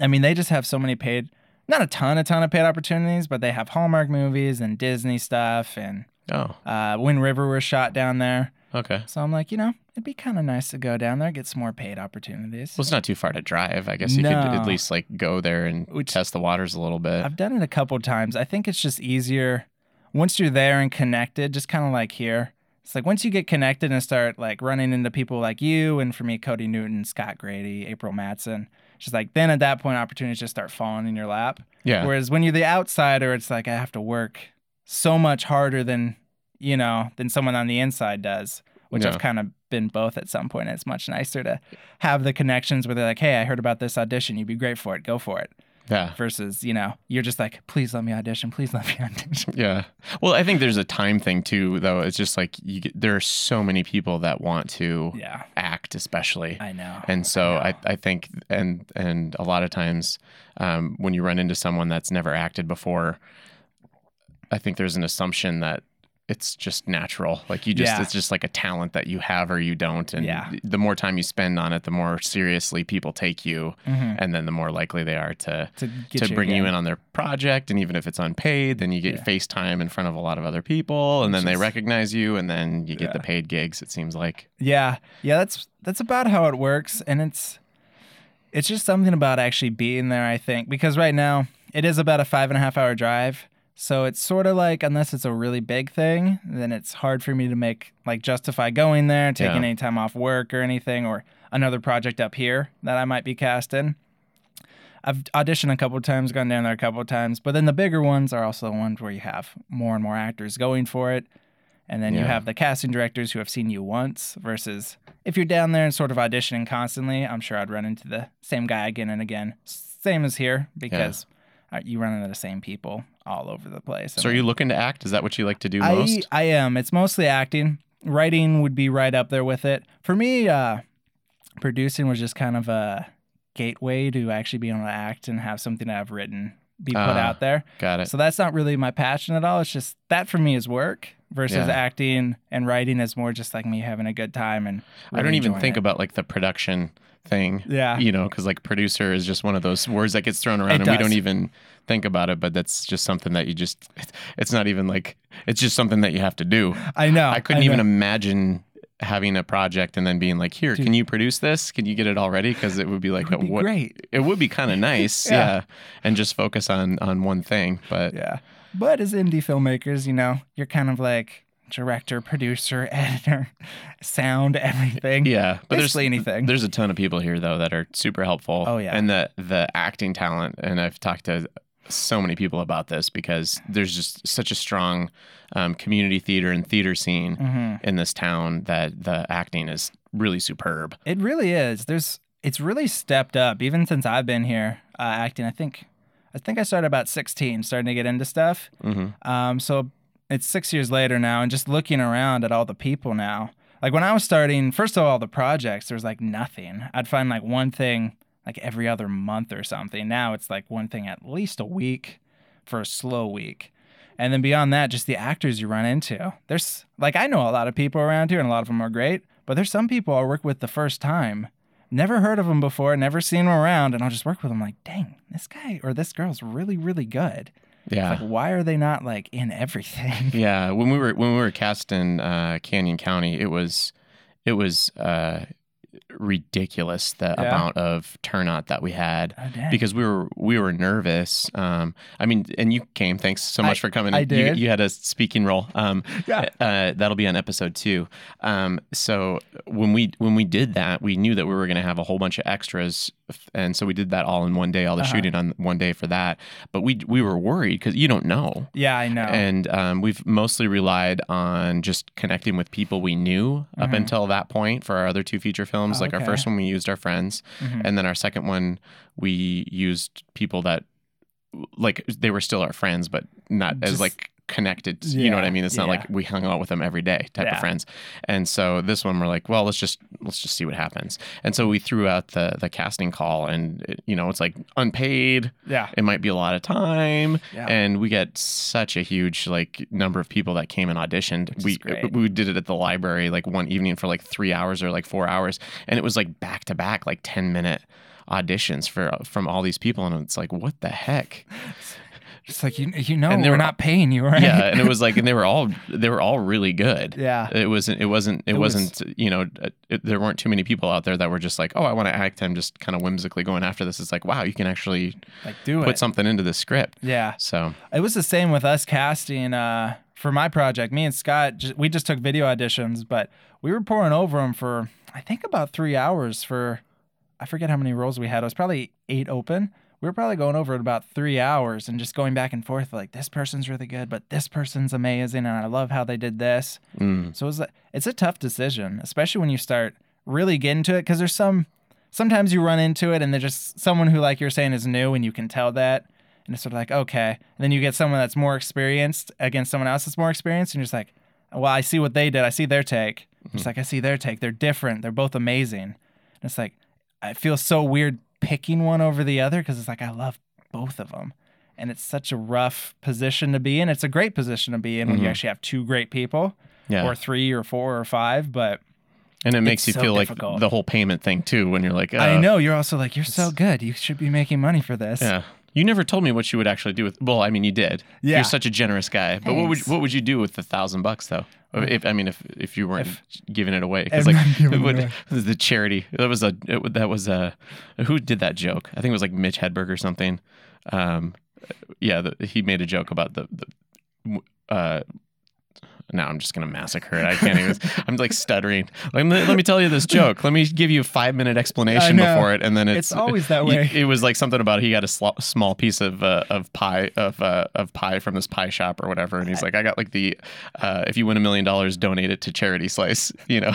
I mean, they just have so many paid, not a ton, a ton of paid opportunities, but they have Hallmark movies and Disney stuff, and
Oh,
uh, Wind River was shot down there.
okay.
So I'm like, you know, it'd be kind of nice to go down there, get some more paid opportunities.
Well, it's not too far to drive. I guess you could
No.
at least like go there and
Which-
test the waters a little bit.
I've done it a couple times. I think it's just easier once you're there and connected, just kind of like here. It's like once you get connected and start like running into people like you and for me, Cody Newton, Scott Grady, April Matson, just like then at that point, opportunities just start falling in your lap.
yeah.
Whereas when you're the outsider, it's like I have to work so much harder than you know than someone on the inside does, which
Yeah.
I've kind of been both at some point. It's much nicer to have the connections where they're like, "Hey, I heard about this audition. You'd be great for it. Go for it."
yeah.
Versus, you know, you're just like, "Please let me audition. Please let me (laughs) audition."
Yeah. Well, I think there's a time thing too, though. It's just like you get, there are so many people that want to
yeah,
act, especially.
I know.
and so I,
know.
I think and and a lot of times um, when you run into someone that's never acted before i think there's an assumption that it's just natural like you just
Yeah.
it's just like a talent that you have or you don't and
Yeah.
the more time you spend on it the more seriously people take you
Mhm.
and then the more likely they are to
to get
to bring you
again.
in on their project and even if it's unpaid then you get
Yeah.
face time in front of a lot of other people and
Which
then they
is-
recognize you and then you get the
Yeah.
paid gigs it seems like
Yeah, yeah, that's that's about how it works, and it's it's just something about actually being there. I think because right now it is about a five and a half hour drive, so it's sort of like unless it's a really big thing, then it's hard for me to make like justify going there, taking
Yeah.
any time off work or anything, or another project up here that I might be cast in. I've auditioned a couple of times, gone down there a couple of times, but then the bigger ones are also the ones where you have more and more actors going for it. And then you
Yeah.
have the casting directors who have seen you once versus if you're down there and sort of auditioning constantly, I'm sure I'd run into the same guy again and again. Same as here because uh you run into the same people all over the place.
so are you looking to act is that what you like to do
I,
most
I am. It's mostly acting. Writing would be right up there with it. For me, uh, producing was just kind of a gateway to actually being able to act and have something that I've written be put
Ah,
out there.
got it
So that's not really my passion at all. It's just that for me is work versus
Yeah.
acting and writing is more just like me having a good time and
I don't
really
even
enjoying
think
it.
about like the production thing.
Yeah.
You know, because like producer is just one of those words that gets thrown around and
It
we don't
does.
even think about it, but that's just something that you just, it's not even like, it's just something that you have to do.
Oh, I know.
I couldn't even
know.
imagine having a project and then being like, here,
Dude.
can you produce this? Can you get it all ready? Because it would be like,
It would be
what?
great.
It would be kind of nice. yeah.
(laughs) Yeah.
And just focus on, on one thing. But
Yeah. But as indie filmmakers, you know, you're kind of like director, producer, (laughs) editor, sound, everything.
Yeah, but there's
Basically anything.
There's a ton of people here though that are super helpful.
Oh, yeah.
and the the acting talent, and I've talked to so many people about this because there's just such a strong um, community theater and theater scene
Mm-hmm.
in this town that the acting is really superb.
It really is. There's it's really stepped up even since I've been here uh, Mm-hmm. acting. I think I think I started about 16, starting to get into stuff.
hmm
Um, so it's six years later now, and just looking around at all the people now. Like when I was starting, first of all, the projects, there was like nothing. I'd find like one thing like every other month or something. Now it's like one thing at least a week for a slow week. And then beyond that, just the actors you run into. There's like I know a lot of people around here, and a lot of them are great, but there's some people I work with the first time. Never heard of them before, never seen them around, and I'll just work with them like, dang, this guy or this girl's really, really good.
Yeah.
It's like, why are they not like in everything?
Yeah, when we were when we were cast in uh, Canyon County, it was it was uh, ridiculous the
Yeah.
amount of turnout that we had
(laughs) Oh, dang.
because we were we were nervous. Um, I mean, and you came. Thanks so
I-
much for coming.
I
You-
did.
You, had a speaking role. Um,
(laughs) Yeah.
uh, that'll be on episode two. Um, so when we when we did that, we knew that we were going to have a whole bunch of extras, and so we did that all in one day, all the
Uh-huh.
shooting on one day for that. But we we were worried because you don't know
yeah, I know.
and um, we've mostly relied on just connecting with people we knew up
Mhm.
until that point for our other two feature films. like our
Okay.
first one, we used our friends,
Mhm.
and then our second one, we used people that like they were still our friends, but not as
Just-
like connected. You know what I
Yeah,
mean? It's not
yeah.
like we hung out with them every day type of
Yeah.
friends. And so this one, we're like, well, let's just let's just see what happens. And so we threw out the the casting call, and it, you know, it's like unpaid.
yeah,
It might be a lot of time
yeah.
and we got such a huge like number of people that came and auditioned.
is
we
great.
we did it at the library like one evening for like three hours or like four hours, and it was like back to back like ten minute auditions for uh, from all these people, and it's like what the heck?
it's like you, you know,
and they
we're
were-
not paying you, (laughs) right?
Yeah, and it was like, and they were all they were all really good.
yeah.
It wasn't. It wasn't. It,
It was-
wasn't. You know, uh, it, there weren't too many people out there that were just like, "Oh, I want to act." I'm just kind of whimsically going after this. It's like, wow, you can actually
Like do
put
it.
something into the script.
yeah.
So
It was the same with us casting uh, for my project. Me and Scott, ju- we just took video auditions, but we were pouring over them for I think about three hours for I forget how many roles we had. It was probably eight open. We were probably going over it about three hours and just going back and forth like this person's really good, but this person's amazing, and I love how they did this.
mm,
So it's a, it's a tough decision, especially when you start really getting to it, because there's some sometimes you run into it and they're just someone who like you're saying is new and you can tell that, and it's sort of like okay, and then you get someone that's more experienced against someone else that's more experienced, and you're just like, well, I see what they did, I see their take. It's like I see their take. They're different. They're both amazing. And it's like I feel so weird picking one over the other because it's like I love both of them. And it's such a rough position to be in. It's a great position to be in when you
Mhm.
actually have two great people
yeah.
or three or four or five. But
And it makes
It's
you
so
feel like
difficult.
the whole payment thing too, when you're like, uh,
I know you're also like, you're so
it's-
good. You should be making money for this.
Yeah. You never told me what you would actually do with. Well, I mean, you did.
Yeah.
You're such a generous guy. But what would
Thanks.
what would you do with the thousand bucks though? If I mean, if if you weren't giving it away,
If
because like
not
(laughs)
giving
it
it
would-
away.
the charity that was a it, that was a who did that joke? I think it was like Mitch Hedberg or something. Um, yeah, the, he made a joke about the. the uh, now I'm just gonna massacre it. I can't
(laughs)
even. I'm like stuttering. Let me, let me tell you this joke. Let me give you a five minute explanation
know.
before it, and then it's uh,
It's always
(laughs)
that
you-
way.
it was like something about he got a sl- small piece of uh, of pie of uh, of pie from this pie shop or whatever, and he's like, I got like the uh, if you win a million dollars, donate it to charity slice. (laughs) You know,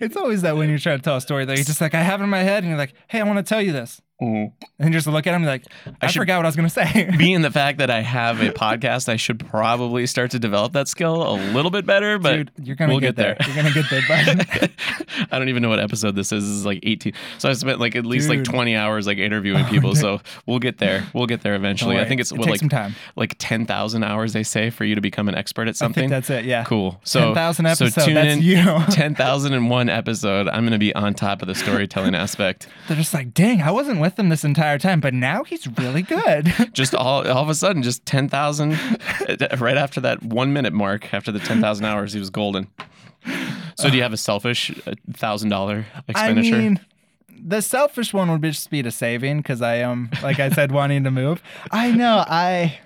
It's always that when you're trying to tell a story that you're just like, I have it in my head, and you're like, hey, I want to tell you this. And you just look at him like, I,
Mm-hmm. should-
forgot what I was going to say. (laughs)
being the fact that I have a podcast, I should probably start to develop that skill a little bit better. But
Dude, you're going to
we'll get
get,
there.
there. You're going to get there, bud.
(laughs) I don't even know what episode this is. This is like 18. So I spent like at least like
Dude.
20 hours like interviewing people. So we'll get there. We'll get there eventually. I
worry.
think it's
It
what,
takes
like
some time.
like 10,000 hours they say for you to become an expert at
I think
something.
that's it. Yeah.
cool. So
10,000
So
episode,
tune
that's
in.
you.
(laughs)
(laughs)
10,001 episode. I'm going to be on top of the
(laughs)
storytelling aspect.
They're just like, dang, I wasn't with him this entire time, but now he's really good. (laughs)
Just all all of a sudden, just 10,000 uh, right after that one minute mark, after the 10,000 hours, he was golden. So do you have a selfish uh, $1,000
I
expenditure?
mean, the selfish one would be just be to saving because I am, like I said, wanting to move. I know I,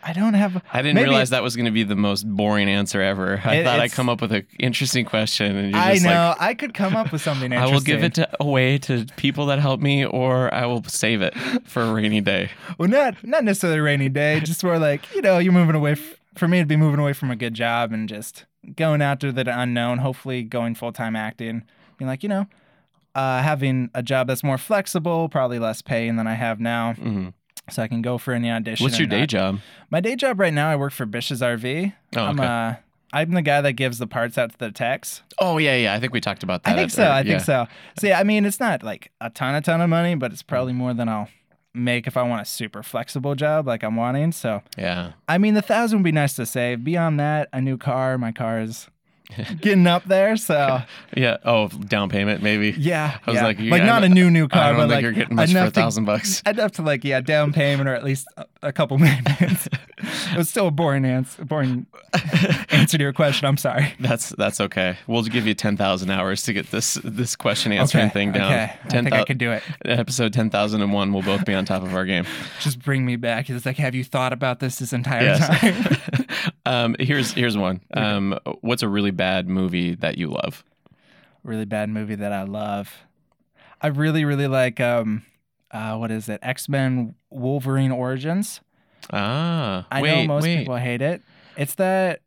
I don't have.
I didn't
maybe-
realize that was going to be the most boring answer ever. I
It-
thought I'd
it's-
come up with an interesting question, and you're
I
just
know
like,
I could come up with
(laughs)
something
"I
interesting.
will give it to, away to people that help me, or I will save it for a rainy
(laughs)
day."
well, not not necessarily a rainy day, just more like you know, you're moving away. F- for me, it'd be moving away from a good job and just going after the unknown. Hopefully, going full time acting. Being like, you know, uh, having a job that's more flexible, probably less pay than I have now.
Mhm.
so I can go for any audition.
What's
or
your day
not.
job?
My day job right now, I work for Bish's RV.
Oh,
I'm
okay.
uh, I'm the guy that gives the parts out to the techs.
Oh yeah, yeah. I think we talked about that.
I think
at-
so.
or-
I think
yeah.
so. So yeah, I mean, it's not like a ton, a ton of money, but it's
Mm.
probably more than I'll make if I want a super flexible job like I'm wanting. So
Yeah.
I mean, the thousand would be nice to save. Beyond that, a new car. My
(laughs)
car is getting up there. So
Yeah. Oh, down payment maybe.
yeah,
I was
yeah.
like, you- I
not a
don't-
new new
I
car,
don't
but
think
like
you're getting much for a
enough to-
thousand bucks. (laughs)
enough to like yeah, down payment or at least a, a couple (laughs) maintenance. it was still a boring
(laughs)
answer. Boring answer to your question. I'm sorry.
That's that's okay. We'll give you ten thousand hours to get this this question answering thing down.
Okay. I think I could do it.
Episode ten thousand and one. We'll both be on top of our
(laughs)
game.
Just bring me back. It's like, have you thought about this this entire time? (laughs)
Yes. (laughs) um, here's here's one. Um, what's a really bad movie that you love?
really bad movie that I love. I really, really like um uh what is it? X-Men Wolverine Origins.
Ah,
I
wait,
know most
wait.
people hate it. It's that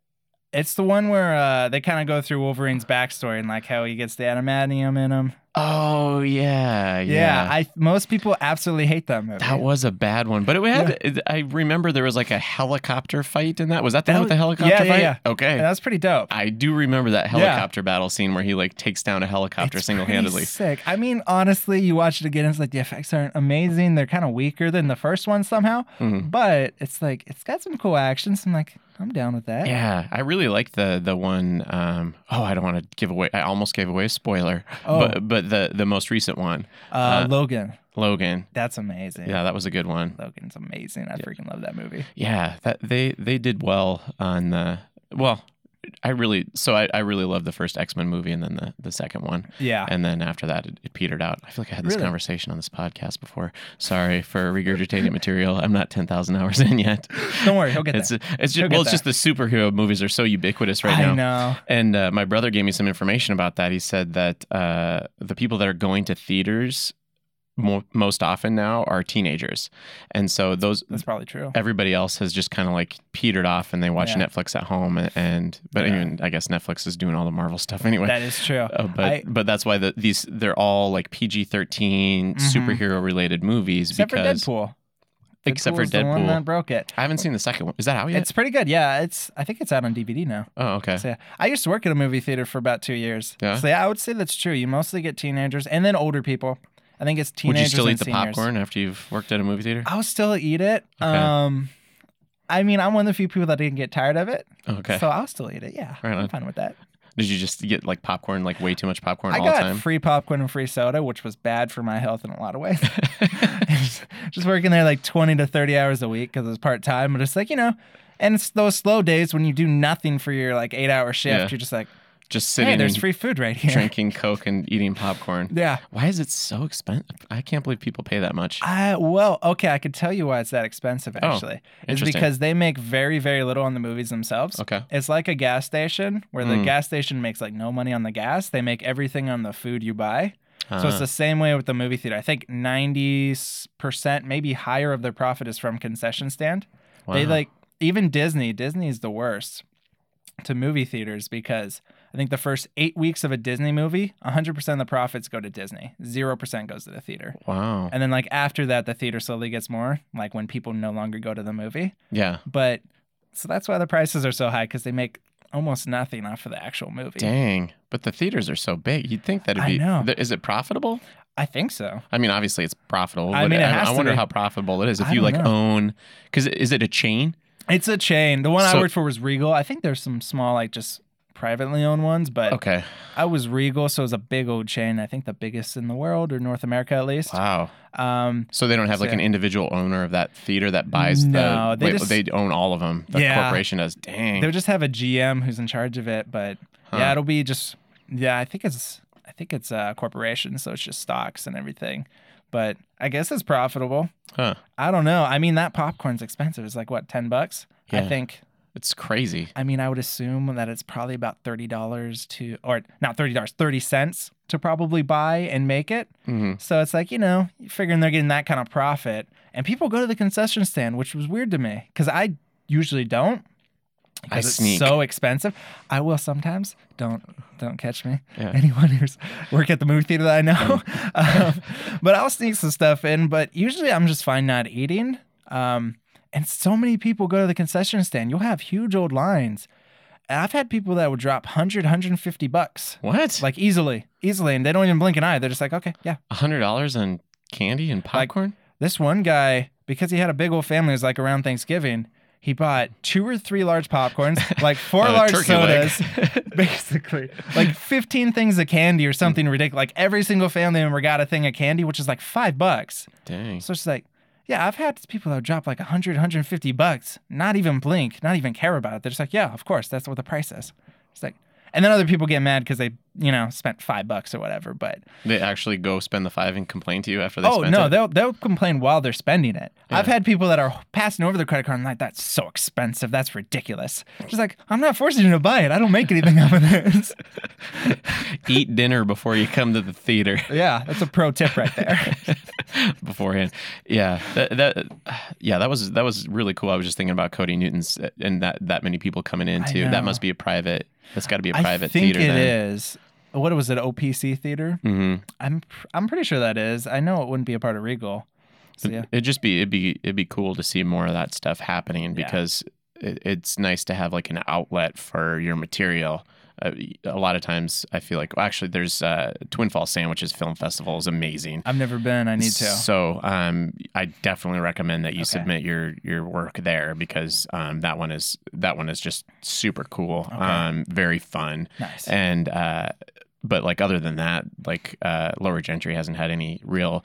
it's the one where uh, they kind of go through Wolverine's backstory and like how he gets the adamantium in him.
Oh yeah,
Yeah,
yeah.
I most people absolutely hate that movie.
that was a bad one, but it had. I remember there was like a helicopter fight in that. Was that the
That
one with the
was-
helicopter
yeah, yeah,
fight?
yeah.
Okay,
And that's pretty dope.
I do remember that
Yeah.
helicopter battle scene where he like takes down a helicopter
It's
single handedly.
pretty Sick. I mean, honestly, you watch it again, it's like the effects aren't amazing. They're kind of weaker than the first one somehow,
Mm-hmm.
but it's like it's got some cool action. So I'm like, I'm down with that.
Yeah, I really liked the the one. Um, oh, I don't want to give away. I almost gave away a spoiler.
Oh.
But but the the most recent one,
Uh,
Uh,
Logan.
Logan.
That's amazing.
Yeah, that was a good one.
Logan's amazing. I freaking love that movie.
Yeah, that they they did well on the well. I really so I, I really loved the first X Men movie and then the, the second one.
Yeah.
And then after that, it, it petered out. I feel like I had this
Really?
conversation on this podcast before. Sorry for regurgitating (laughs) material. I'm not 10,000 hours in yet.
(laughs) Don't worry, he'll get
It's,
there.
it's
He'll
just, well,
get
it's just the superhero movies are so ubiquitous right now.
I know.
And uh, my brother gave me some information about that. He said that uh, the people that are going to theaters mo- most often now are teenagers, and so those
That's probably true.
everybody else has just kind of like petered off, and they watch
Yeah.
Netflix at home. And, but
Yeah.
even I guess Netflix is doing all the Marvel stuff (laughs) anyway.
That is true.
Uh, but
I-
but that's why the, these they're all like PG 13
Mhm.
superhero related movies
Except for
because
Deadpool.
except for
Deadpool's The one
Deadpool. Oh,
that broke it.
I haven't seen the second one. Is that out yet?
It's pretty good. Yeah, it's. I think it's out on DVD now.
oh okay.
So, yeah. I used to work at a movie theater for about two years.
Yeah?
So yeah, I would say that's true. You mostly get teenagers and then older people. I think it's
Would you
teenagers.
still
and
eat the
seniors.
popcorn after you've worked at a movie theater?
I'll still eat it.
Okay.
Um, I mean, I'm one of the few people that didn't get tired of it,
Okay.
so I'll still eat it. Yeah,
Right on.
I'm fine with that.
Did you just get like popcorn, like way too much popcorn
I
all
got
the time?
free popcorn and free soda, which was bad for my health in a lot
(laughs)
of ways. (laughs) just working there like 20 to 30 hours a week because it was part time, but it's like, you know, and it's those slow days when you do nothing for your like eight hour shift.
Yeah.
You're just like,
just sitting
hey, there's
and
free food right here.
drinking Coke and eating popcorn.
(laughs) Yeah.
Why is it so expensive? I can't believe people pay that much.
I, well, okay, I could tell you why it's that expensive actually. it's
Oh, interesting.
because they make very, very little on the movies themselves.
Okay.
It's like a gas station where the
Mm.
gas station makes like no money on the gas. They make everything on the food you buy. So it's
Uh,
the same way with the movie theater. I think 90%, maybe higher of their profit is from concession stand. They
wow.
like, even Disney, Disney is the worst to movie theaters because I think the first eight weeks of a Disney movie, 100% of the profits go to Disney, 0% goes to the theater.
wow.
And then like after that, the theater slowly gets more, like when people no longer go to the movie.
yeah.
But so that's why the prices are so high because they make almost nothing off of the actual movie.
Dang. But the theaters are so big. You'd think that'd
I
be.
know.
th- is it profitable?
I think so.
I mean, obviously it's profitable.
I
but
mean, it has
I
to
wonder
be.
how profitable it is if
I
you
don't
like
know.
own. Because is it a chain?
It's a chain. The one
So-
I worked for was Regal. I think there's some small, like just privately owned ones, but
Okay.
I was Regal, so it was a big old chain. I think the biggest in the world or North America at least.
Wow.
Um,
So they don't have like
So-
an individual owner of that theater that buys
No,
the.
they
wait,
just-
they own all of them. The
Yeah.
corporation does. Dang.
they would just have a GM who's in charge of it, but
Huh.
yeah, it'll be just yeah. I think it's I think it's a corporation, so it's just stocks and everything. But I guess it's profitable.
huh.
I don't know. I mean, that popcorn's expensive. It's like what ten bucks.
Yeah.
I think.
It's crazy.
I mean, I would assume that it's probably about thirty dollars to, or not thirty dollars, thirty cents to probably buy and make it.
Mm-hmm.
So it's like you know, you're figuring they're getting that kind of profit, and people go to the concession stand, which was weird to me because I usually don't.
I
because
sneak.
It's so expensive. I will sometimes. Don't don't catch me.
Yeah.
(laughs) Anyone who's work at the movie theater (laughs) that I know, um, but I'll sneak some stuff in. But usually I'm just fine not eating. Um, and so many people go to the concession stand. You'll have huge old lines. And I've had people that would drop 100, 150 bucks,
What? Like
like easily, easily, and they don't even blink an eye. They're just like, okay, yeah.
hundred dollars on candy and popcorn?
This one guy, because he had a big old family, it was like around Thanksgiving. He bought two or three
(laughs)
large popcorns, like four
Uh,
large
turkey leg.
sodas, (laughs) basically like 15 things of candy or something ridiculous. Like every single family member got a thing of candy, which is like five bucks.
(laughs) Dang.
So she's like, yeah, I've had people that would drop like 100, 150 bucks, not even blink, not even care about it. They're just like, yeah, of course, that's what the price is. It's like, and then other people get mad because they, you know, spent five bucks or whatever. But
They actually go spend the five and complain to you after they
oh
spent
no,
it?
they'll they'll complain while they're spending it. I've
Yeah.
had people that are passing over their credit card and like, that's so expensive, that's ridiculous. Just like, I'm not forcing you to buy it. I don't make anything (laughs) out of this.
(laughs) Eat dinner before you come to the theater.
yeah, that's a pro tip right
(laughs)
there.
beforehand. Yeah, that, that yeah, that was that was really cool. I was just thinking about Cody Newton's uh, and that that many people coming in
I
too. That
know.
must be a private. That's got to be a
I
private
think
theater.
it
then.
is. What was it? OPC theater.
Mm-hmm.
I'm pr- I'm pretty sure that is. I know it wouldn't be a part of Regal. So yeah.
It'd just be it'd be it'd be cool to see more of that stuff happening
Yeah.
because it, it's nice to have like an outlet for your material. Uh, a lot of times, I feel like well, actually, there's uh, Twin Falls Sandwiches Film Festival is amazing.
I've never been. I need to.
So um, I definitely recommend that you
Okay.
submit your your work there because um, that one is that one is just super cool, um, very fun,
nice.
and uh, but like other than that, like uh, Lower Gentry hasn't had any real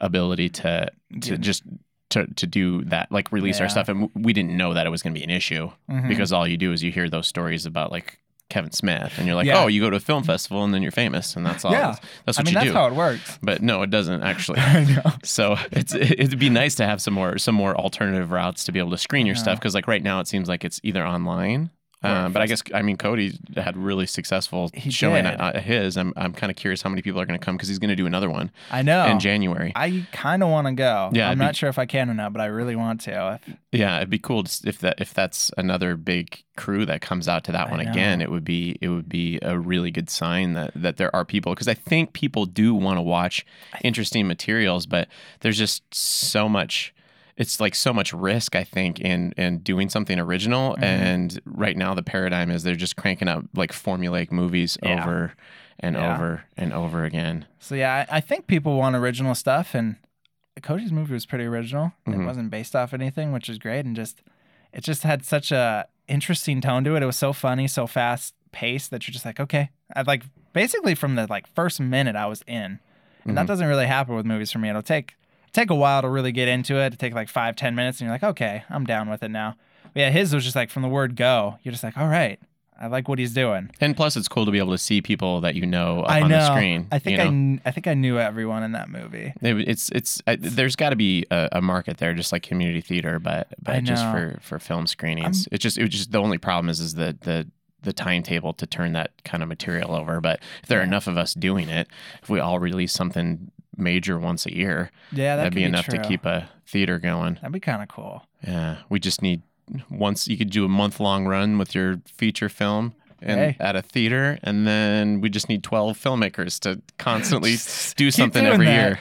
ability to to
Yeah.
just. To, to do that, like release our
Yeah.
stuff, and w- we didn't know that it was going to be an issue
Mhm.
because all you do is you hear those stories about like Kevin Smith, and you're like,
Yeah.
oh, you go to a film festival and then you're famous, and that's all.
Yeah.
That's
I
what
mean
you
that's
do.
how
(laughs)
it works. (laughs)
but no, it doesn't actually.
I know.
So (laughs) it's it'd be nice to have some more some more alternative routes to be able to screen your
Yeah.
stuff because like right now it seems like it's either online.
Or
Um, but I guess I mean Cody had really successful
He
showing
did.
uh, his. I'm I'm kind of curious how many people are going to come because he's going to do another one
I know.
in January.
I kind of want to go.
Yeah,
I'm
it'd be-
not sure if I can or not, but I really want to. If,
yeah, it'd be cool to s- if that if that's another big crew that comes out to that
I
one
know.
again. It would be it would be a really good sign that that there are people because I think people do want to watch interesting materials, but there's just so much. It's like so much risk, I think, in in doing something original.
Mhm.
And right now, the paradigm is they're just cranking out like formulaic movies
Yeah.
over and
Yeah.
over and over again.
So yeah, I, I think people want original stuff, and Cody's movie was pretty original.
Mhm.
It wasn't based off anything, which is great, and just it just had such a interesting tone to it. It was so funny, so fast paced that you're just like, okay, I like basically from the like first minute I was in, and
Mhm.
that doesn't really happen with movies for me. It'll take take a while to really get into it. It take like five ten minutes, and you're like, okay, I'm down with it now. But yeah, his was just like from the word go. You're just like, all right, I like what he's doing.
And plus, it's cool to be able to see people that you know up
I
on
know.
the screen.
I think
you know?
I kn- I think I knew everyone in that movie.
They would- It's it's I, there's got to be a, a market there, just like community theater, but
I
but just
know.
for for film screenings. It just it was just the only problem is is the the the timetable to turn that kind of material over. But if there are
Yeah.
enough of us doing it, if we all release something major once a year,
Yeah, that
that'd
could
be, enough to
true.
keep a theater going.
That'd be kind of cool.
Yeah, we just need once you could do a month long run with your feature film. And
Hey.
at a theater, and then we just need twelve filmmakers to
(laughs)
constantly do something
doing
every
that.
year.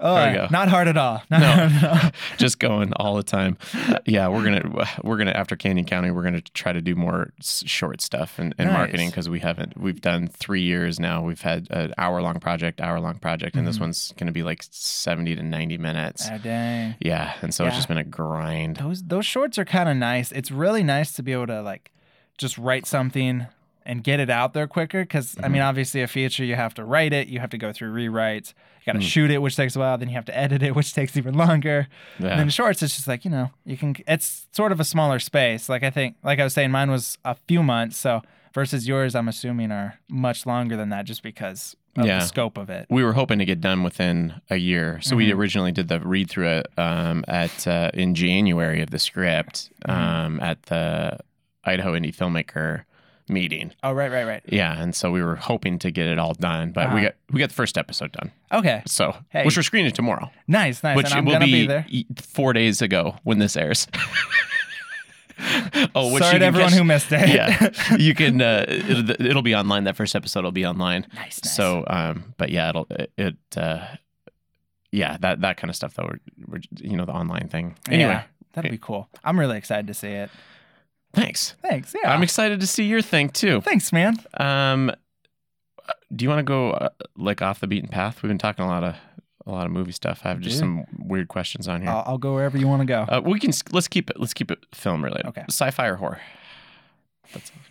Oh,
There we go.
not hard at all. (laughs) Not
No.
hard
(laughs)
at all.
just going all the time. Uh, yeah, we're gonna we're gonna after Canyon County, we're gonna try to do more s- short stuff and, and
Nice.
marketing because we haven't we've done three years now. We've had an hour long project, hour long project, and this
Mhm.
one's gonna be like seventy to ninety minutes.
Ah, dang.
yeah, and so it's
Yeah.
just been a grind.
Those those shorts are kind of nice. It's really nice to be able to like just write something and get it out there quicker. Because I
Mhm.
mean, obviously, a feature you have to write it, you have to go through rewrites, you got to
Mm.
shoot it, which takes a while. Then you have to edit it, (laughs) which takes even longer.
Yeah.
And then shorts, it's just like you know, you can. It's sort of a smaller space. Like I think, like I was saying, mine was a few months. So versus yours, I'm assuming are much longer than that, just because of
Yeah.
the scope of it.
we were hoping to get done within a year, so we
Mhm.
originally did the read through it um, at uh, in January of the script
Mhm.
um, at the Idaho Indie Filmmaker meeting.
Oh, right, right, right.
Yeah, and so we were hoping to get it all done, but we
Uh-huh.
got we got the first episode done.
Okay,
So,
Hey.
which we're screening tomorrow,
nice, nice.
which
and I'm
will
gonna
be,
be, there.
e- four days ago when this airs. (laughs) oh, which you
Sorry to
can
everyone
catch-
who missed it. (laughs)
yeah, you can. Uh, it'll, it'll be online. That first episode will be online.
nice, nice.
So, um, but yeah, it'll it. Uh, yeah, that that kind of stuff though. We're, we're, you know the online thing. Anyway,
Yeah, that'd be cool. I'm really excited to see it.
thanks.
Thanks. Yeah.
I'm excited to see your thing too.
Thanks, man.
Um, do you want to go uh, like off the beaten path? We've been talking a lot of a lot of movie stuff. I have just
Dude.
some weird questions on here.
I'll, I'll go wherever you want to go.
Uh, we can s- let's keep it let's keep it film related.
Okay.
Sci-fi or horror?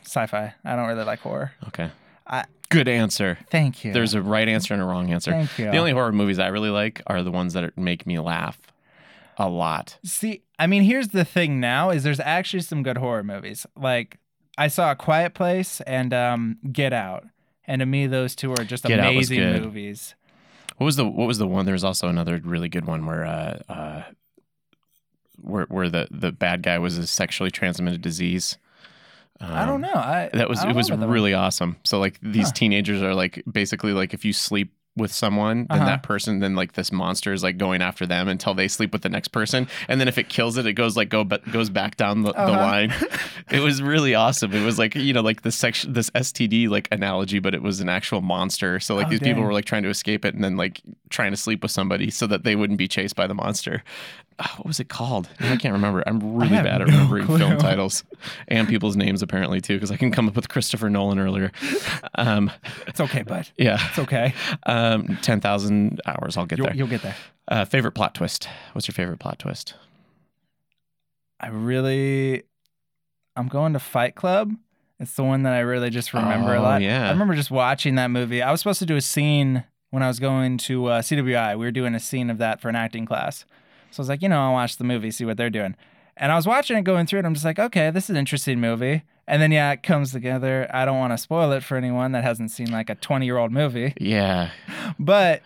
Sci-fi. I don't really like horror.
Okay.
I-
Good answer.
Thank you.
There's a right answer and a wrong answer.
Thank you.
The only horror movies I really like are the ones that are- make me laugh a lot.
See, I mean, here's the thing now is there's actually some good horror movies. Like I saw A Quiet Place and um, Get Out. And to me, those two are just
Get Out was
amazing
good.
movies.
What was the What was the one? There was also another really good one where uh, uh, where where the the bad guy was a sexually transmitted disease.
I don't
Um,
know. I,
That was
I
it
don't
was
remember that one.
really awesome. So like these
Huh.
teenagers are like basically like if you sleep with someone, then
Uh-huh.
that person, then like this monster is like going after them until they sleep with the next person, and then if it kills it, it goes like go but goes back down the, the
Uh-huh.
line. it was really awesome. It was like you know like this section this STD like analogy, but it was an actual monster. So like
Oh,
these people
dang.
were like trying to escape it and then like trying to sleep with somebody so that they wouldn't be chased by the monster. Ah, (sighs) What was it called? I can't remember. I'm really
have
bad at
no
remembering film
clue.
titles titles and people's names apparently too because i can come up with christopher nolan earlier um,
It's okay, bud.
yeah
It's okay.
um, 10000 hours i'll (laughs) get
You'll,
there
you'll get there.
uh, favorite plot twist what's your favorite plot twist
I really, I'm going to Fight Club. It's the one that I really just remember a
Oh,
lot.
yeah.
I remember just watching that movie. I was supposed to do a scene when I was going to uh, CWI. We were doing a scene of that for an acting class. So I was like, you know, I'll watch the movie, see what they're doing. And I was watching it going through it. I'm just like, okay, this is an interesting movie. And then, yeah, it comes together. I don't want to spoil it for anyone that hasn't seen like a 20 year old movie, (laughs)
yeah
but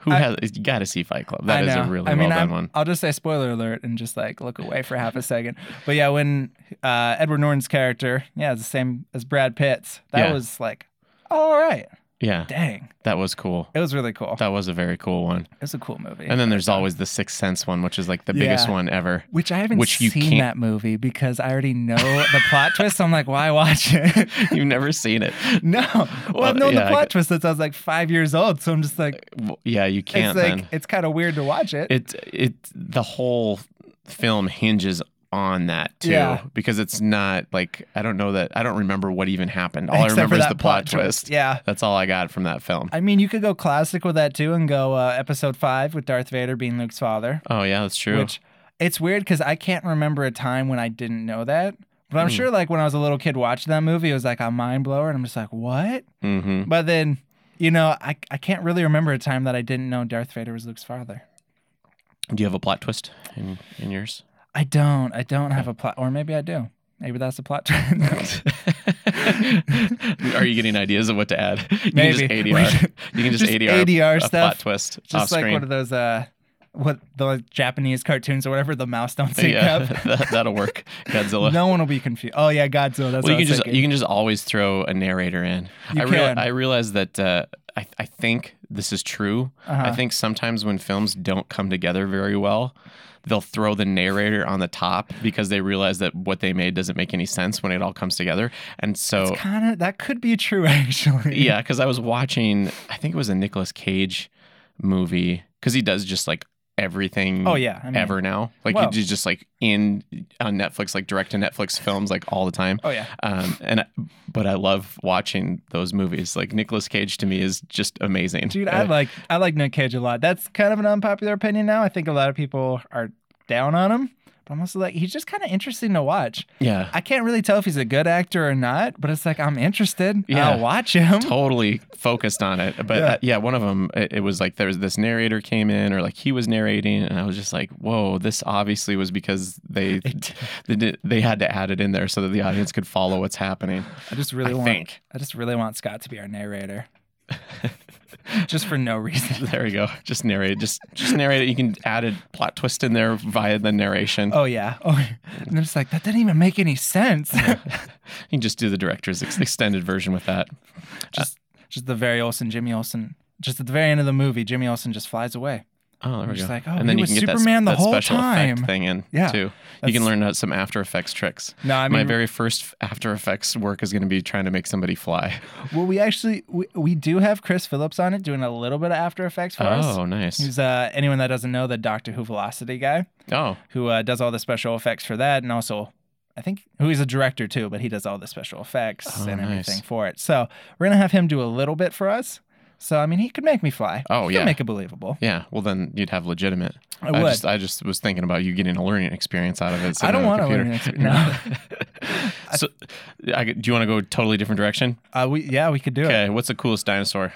who
I-
has you gotta see fight club That
I
is
know.
a really
I mean,
well done
I'm-
one
I'll just say spoiler alert and just like look away for half a second. But yeah, when uh, Edward Norton's character, yeah, is the same as Brad Pitt's. That
Yeah.
was like, all right,
yeah
dang,
that was cool
it was really cool.
that was a very cool one
It was a cool movie.
and then there's always the sixth sense one which is like the biggest
Yeah.
one ever (laughs)
which I haven't
which you
seen
can't-
that movie because I already know the
(laughs)
plot twist. So I'm like, why watch it? (laughs)
you've never seen it
no, well,
Well,
I've known
Uh, yeah, I
the plot twist since I was like five years old. So I'm just like,
Well, yeah you
it's
can't
like
then.
it's kind of weird to watch it.
it it the whole film hinges on that too
Yeah.
because it's not like I don't know that I don't remember what even happened. All
Except
I remember
for
is
that
the plot, twist.
Yeah.
That's all I got from that film.
I mean, you could go classic with that too and go uh, episode five with Darth Vader being Luke's father,
oh yeah, that's true.
which it's weird because I can't remember a time when I didn't know that. But I'm
Hmm.
sure like when I was a little kid watching that movie, it was like a mind blower. And I'm just like, what?
mm-hmm.
But then, you know, I, I can't really remember a time that I didn't know Darth Vader was Luke's father.
Do you have a plot twist in, in yours? (laughs)
I don't. I don't have a plot. Or maybe I do. Maybe that's a
(laughs)
plot. (laughs) twist.
Are you getting ideas of what to add? You can
Maybe. (laughs)
just ADR. you can just,
Just
ADR,
ADR
a plot
stuff.
twist off
Just like
screen.
one of those, uh, what the Japanese cartoons or whatever, the mouse don't sync
yeah,
up.
(laughs) that, that'll work. Godzilla.
No one will be confused. Oh yeah, Godzilla.
well,
That's what
you
I
can
was
just
thinking.
you can just always throw a narrator in.
You
I real-
can.
I realize that uh, I I think this is true. I
Uh-huh.
think sometimes when films don't come together very well, they'll throw the narrator on the top because they realize that what they made doesn't make any sense when it all comes together. And so
It's kind of that could be true (laughs) actually.
yeah, because I was watching, I think it was a Nicolas Cage movie because he does just like everything.
Oh yeah. I mean,
Ever now, like
Well-
he's just like in on Netflix, like direct to Netflix films, like all the time
Oh yeah.
um, and I, but I love watching those movies. Like Nicolas Cage to me is just amazing.
Dude, I
Uh,
like I like Nick Cage a lot. That's kind of an unpopular opinion now. I think a lot of people are down on him. But I'm also like he's just kind of interesting to watch.
yeah,
I can't really tell if he's a good actor or not, but it's like I'm interested.
Yeah.
I'll watch him.
totally focused on it. But yeah,
Yeah.
uh, yeah one of them, it, it was like there was this narrator came in, or like he was narrating, and I was just like, whoa, this obviously was because
(laughs)
they they, did, they had to add it in there so that the audience could follow what's happening.
I just (laughs) really
I
want
think.
I just really want Scott to be
(laughs)
our narrator. just for no reason.
There we go. Just narrate. it. Just just narrate it. You can add a plot twist in there via the narration.
Oh yeah. Oh, (laughs) and I'm just like that didn't even make any sense.
You can just do the director's ex- extended version with that.
just just the very Olsen, Jimmy Olsen. Just at the very end of the movie, Jimmy Olsen just flies away.
Oh, there
I'm
we
just
go.
like, oh,
and then
he
you
was
can get that s-
Superman the
that
whole
special effect
time.
thing in
Yeah,
too. You
that's-
can learn how- some After Effects tricks.
No, I
My
mean,
very first f- After Effects work is going to be trying to make somebody fly.
well, we actually we, we do have Chris Phillips on it doing a little bit of After Effects for
(laughs)
us.
Oh, nice.
He's uh, anyone that doesn't know the Doctor Who Velocity guy
Oh,
who uh, does all the special effects for that, and also I think who he's a director too, but he does all the special effects
Oh,
and
nice.
everything for it. So we're gonna have him do a little bit for us. So I mean, he could make me fly.
Oh,
He could
yeah.
make it believable.
yeah. Well, then you'd have legitimate.
I would.
just, I just was thinking about you getting a learning experience out of it.
I don't
want
want a
(laughs)
learning
experience. No. so, I, could- do you want to go a totally different direction?
Uh, we yeah, we could do it.
Okay. What's the coolest dinosaur?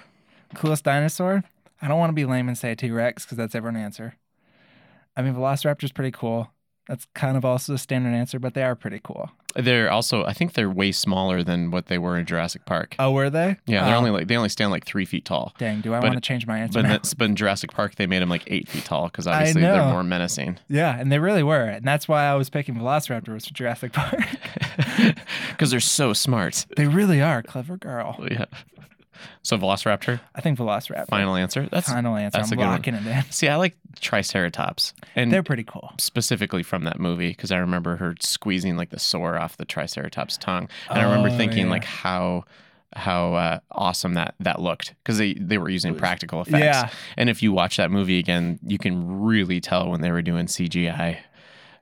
Coolest dinosaur? I don't want to be lame and say T Rex because that's every answer. I mean, Velociraptor's pretty cool. That's kind of also a standard answer, but they are pretty cool.
They're also, I think they're way smaller than what they were in Jurassic Park.
Oh, were they?
yeah, they're
Oh,
only like they only stand like three feet tall.
Dang, do I
but-
want to change my answer?
But,
now?
that's, but in Jurassic Park, they made them like eight feet tall because
I
obviously they're
know.
more menacing. (laughs)
Yeah, and they really were, and that's why I was picking Velociraptor was for Jurassic Park. (laughs)
Because they're so smart.
they really are clever girl.
Yeah. So Velociraptor,
I think Velociraptor.
final answer. That's
Final answer.
that's
I'm
a good one.
locking it in.
see, I like Triceratops, and
They're pretty cool.
specifically from that movie because I remember her squeezing like the sore off the Triceratops tongue, and I remember
Oh,
thinking
yeah.
like how how uh, awesome that that looked because they they were using practical effects.
Yeah.
And if you watch that movie again, you can really tell when they were doing CGI.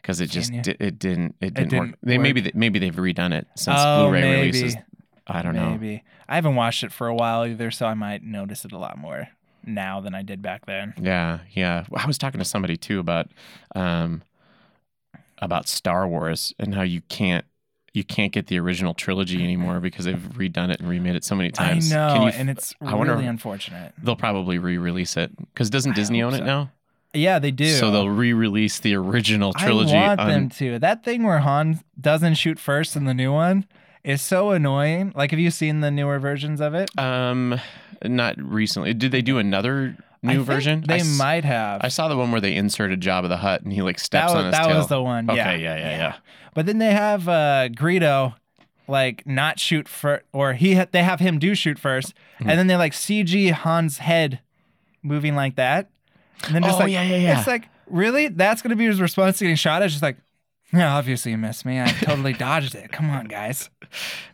Because it just
Can you?
di- it didn't it didn't, work.
didn't
They
work.
maybe they, maybe they've redone it since
Oh,
Blu-ray
maybe.
releases. I don't know.
Maybe I haven't watched it for a while either, so I might notice it a lot more now than I did back then.
Yeah, yeah. Well, I was talking to somebody too about um about Star Wars and how you can't you can't get the original trilogy anymore because they've redone it and remade it so many times.
I know,
Can you f-
and it's
I
really
wonder-
unfortunate.
they'll probably re-release it because doesn't
I
Disney
hope
own it
so.
now?
Yeah, they do.
So they'll re-release the original trilogy. um,
I want
on-
them to. That thing where Han doesn't shoot first in the new one is so annoying. Like, have you seen the newer versions of it?
um, not recently. Did they do another
I
new
think
version? I
They
s-
might have.
I saw the one where they inserted Jabba the Hutt and he like
that
steps
was,
on his
that
tail.
was the one.
okay,
yeah.
yeah, yeah, yeah.
But then they have uh, Greedo like not shoot first, or he ha- they have him do shoot 1st
Hmm.
and then they like CG Han's head moving like that, and then just
Oh,
like
yeah, yeah, yeah.
it's like really that's gonna be his response to getting shot. It's just like. Yeah, obviously you missed me. I totally (laughs) dodged it. Come on, guys.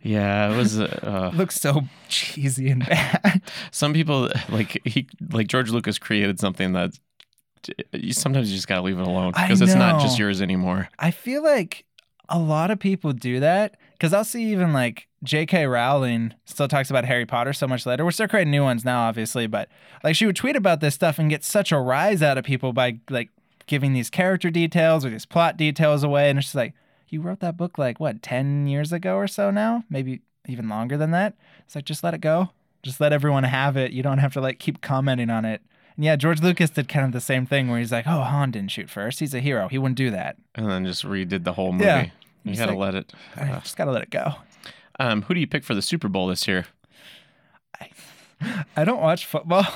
Yeah, it was. Uh,
Looks so cheesy and bad.
some people (laughs) like he like George Lucas created something that you sometimes you just gotta leave it alone
I
because it's not
know.
just yours anymore.
I feel like a lot of people do that because I'll see even like J.K. Rowling still talks about Harry Potter so much later. We're still creating new ones now, obviously, but like she would tweet about this stuff and get such a rise out of people by like giving these character details or these plot details away. And it's just like, you wrote that book like what, 10 years ago or so now? Maybe even longer than that. It's like, just let it go. Just let everyone have it. You don't have to like keep commenting on it. And yeah, George Lucas did kind of the same thing where he's like, oh, Han didn't shoot first. He's a hero. He wouldn't do that.
And then just redid the whole movie.
Yeah.
You
Just
gotta let
like-
it.
I just gotta let it go.
Um, who do you pick for the Super Bowl this year?
I don't
(laughs)
watch football.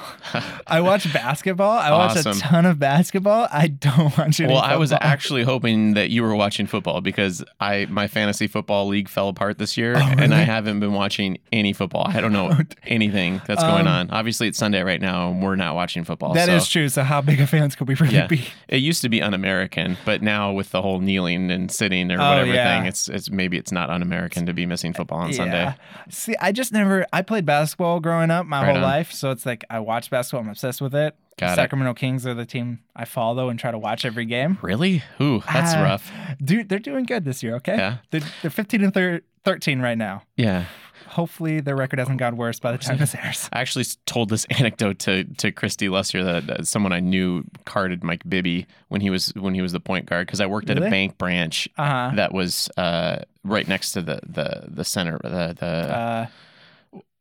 I watch basketball. I watch
Awesome.
a ton of basketball. I don't watch any
Well, I was
football.
actually hoping that you were watching football because I my fantasy football league fell apart this
Oh,
year, and I haven't been watching any football. I don't
(laughs)
know anything that's going on. Obviously, it's Sunday right now, and we're not watching football.
um, That
so.
is true. So how big of fans could we really
Yeah.
be?
It used to be un-American, but now with the whole kneeling and sitting or
Oh,
whatever
yeah.
thing, it's it's maybe it's not un-American to be missing football on Sunday.
See, I just never. I played basketball growing up my
Right
whole
on.
life, so it's like I watch basketball. I'm obsessed with it.
Got it.
Sacramento Kings are the team I follow and try to watch every game.
Really? Ooh, that's
Ah,
rough.
Dude, they're doing good this year. Okay.
Yeah.
They're, they're 15 and thir- 13 right now.
Yeah.
Hopefully, their record hasn't gotten worse by the time this airs.
I actually s- told this (laughs) anecdote to to Christy Lester that, that someone I knew carded Mike Bibby when he was when he was the point guard because I worked at a
Really?
bank branch
Uh-huh.
(laughs) that was uh, right next to the the the center the the
Uh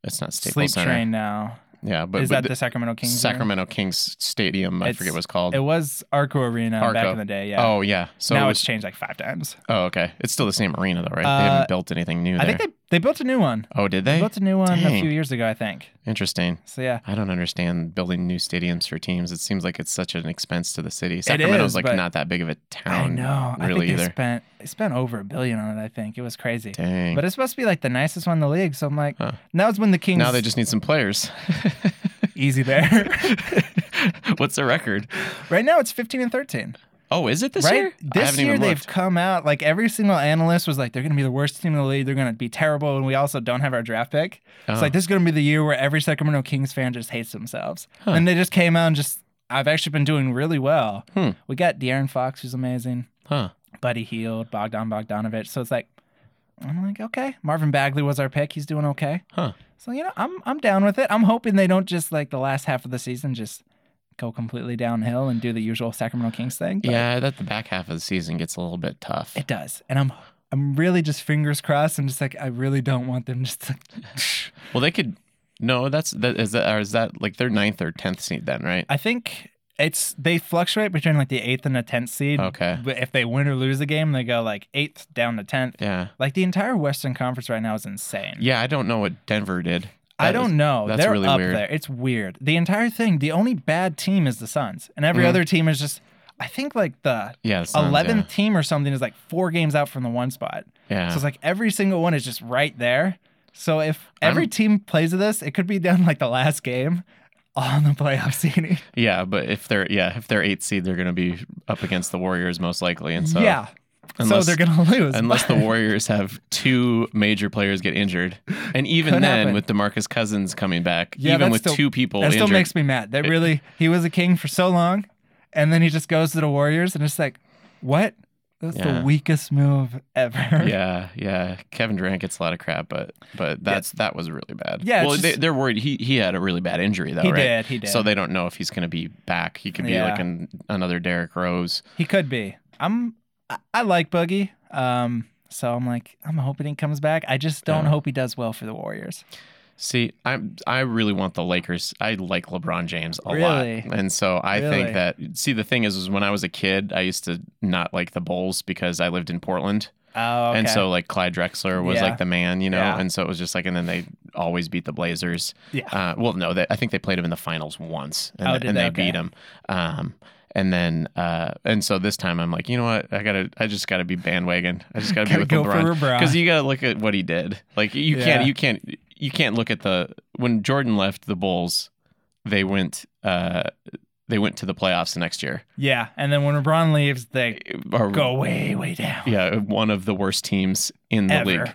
it's not Staples
Sleep
Center.
Train now.
Yeah, but,
Is
but
that the Sacramento Kings? arena?
Sacramento Kings Stadium? I
It's-
forget what it's called.
It was Arco Arena back
Arco.
in the day. Yeah.
Oh yeah, so
now
it was
it's changed like five times.
Oh, okay. It's still the same arena, though, right? they
Uh,
haven't built anything new there.
I think they, they built a new one.
oh, did
They
they?
built a new one a
Dang.
few years ago, I think.
Interesting.
So yeah.
I don't understand building new stadiums for teams. It seems like it's such an expense to the city.
is,
Sacramento's like
but-
not that big of a
I
town.
know. I
Really,
think they
either.
spent they spent over a billion on it. I think it was crazy.
Dang.
But it's supposed to be like the nicest one in the league. So I'm like,
Huh.
that was when the Kings.
now they just need some players.
(laughs) Easy there.
(laughs) What's the record?
right now it's 15 and 13.
Oh, is it this
right?
year? I
This
haven't
year
even
they've
looked.
come out like every single analyst was like they're going to be the worst team in the league. They're going to be terrible and we also don't have our draft pick.
Oh.
It's like this is going to be the year where every Sacramento Kings fan just hates themselves. And they just came out and just I've actually been doing really well.
Hmm.
We got De'Aaron Fox who's amazing. (laughs)
Huh.
Buddy Heald, Bogdan Bogdanovich. So it's like I'm like okay, Marvin Bagley was our pick. He's doing okay.
Huh.
So you know, I'm I'm down with it. I'm hoping they don't just like the last half of the season just go completely downhill and do the usual Sacramento Kings thing. but
Yeah, that the back half of the season gets a little bit tough.
it does. And I'm I'm really just fingers crossed. I'm just like I really don't want them just to, (laughs)
(laughs) Well, they could. No, that's that is that or is that like their ninth or tenth seed then, right?
I think it's they fluctuate between like the eighth and the tenth seed.
Okay.
But if they win or lose a game, they go like eighth down to tenth.
Yeah.
Like the entire Western Conference right now is insane.
Yeah, I don't know what Denver did.
I
That is-
don't know.
that's
They're
really
up
weird.
there. It's weird. The entire thing. The only bad team is the Suns, and every
Mhm.
other team is just. I think like the
Yeah, the Suns,
eleventh team or something is like four games out from the one spot.
Yeah.
So it's like every single one is just right there. So if every
I'm-
team plays this, it could be down like the last game on the playoff (laughs) seeding.
yeah. yeah, but if they're yeah if they're eight seed, they're going to be up against the Warriors most likely, and so
yeah.
Unless-
so they're gonna (laughs) lose.
Unless the Warriors have two major players get injured, and even
Could
then,
happen.
with DeMarcus Cousins coming back,
Yeah,
even
that's
with
still-
two people
that
injured,
still makes me mad. That really he was a king for so long, and then he just goes to the Warriors and it's like, what? That's
Yeah.
the weakest move ever.
(laughs) yeah, yeah. Kevin Durant gets a lot of crap, but but that's that was really bad.
Yeah, it's
well, they,
just-
they're worried he he had a really bad injury though,
(laughs) He
right?
did, he did.
So they don't know if he's going to be back. He could be
Yeah.
like an, another Derrick Rose.
He could be. I'm. I, I like Boogie. Um. So I'm like, I'm hoping he comes back. I just don't
Yeah.
hope he does well for the Warriors.
See, I I really want the Lakers. I like LeBron James a
Really?
lot, and so I
Really?
think that. See, the thing is, is when I was a kid, I used to not like the Bulls because I lived in Portland,
Oh.
and so like Clyde Drexler was
Yeah.
like the man, you know,
Yeah.
and so it was just like, and then they always beat the Blazers.
Yeah. (laughs)
Uh, well, no, they, I think they played him in the finals once, and,
Oh,
th-
did
and
they?
they
Okay.
beat him. Um, and then, uh, and so this time I'm like, you know what? I gotta, I just gotta be bandwagon. I just gotta,
Gotta
be with
go for
LeBron
LeBron.
because you gotta look at what he did. Like you
Yeah.
can't, you can't, you can't look at the when Jordan left the Bulls, they went, uh, they went to the playoffs the next year.
yeah. And then when LeBron leaves, they
Or,
go way
(laughs)
way down.
Yeah, one of the worst teams in the
Ever.
league.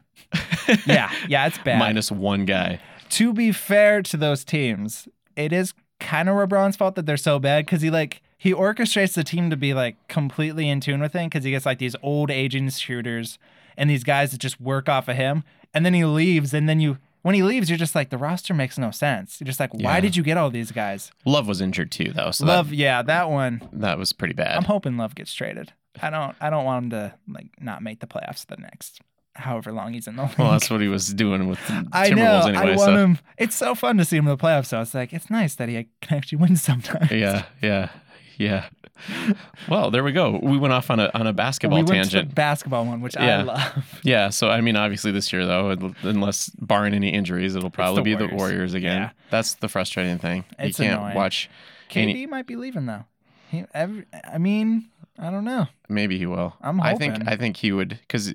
(laughs) Yeah. Yeah. It's bad.
Minus one guy.
to be fair to those teams, it is kind of LeBron's fault that they're so bad because he like he orchestrates the team to be like completely in tune with him because he gets like these old aging shooters and these guys that just work off of him, and then he leaves, and then you when he leaves, you're just like the roster makes no sense. You're just like, why
Yeah.
did you get all these guys?
Love was injured too, though. So
Love,
That,
yeah, that one.
that was pretty
I'm
bad.
hoping Love gets traded. I don't, I don't want him to like not make the playoffs the next however long he's in the league.
Well, that's what he was doing with the
I know.
Timberwolves anyway.
I want
so
him. It's so fun to see him in the playoffs. So it's like it's nice that he can actually win sometimes. (laughs)
yeah, yeah, yeah. Well, there we go. We went off on a on a
we
basketball
went to
tangent.
the basketball one, which
Yeah.
I
(laughs)
love.
yeah. So I mean, obviously this year though, un- unless barring any injuries, it'll probably be the
Warriors.
Warriors again.
Yeah.
That's the frustrating thing.
It's
you can't
annoying.
watch.
KD
Any,
might be leaving though. He, every, I mean, I don't know.
maybe he will.
I'm
I think
hoping.
I think he would because.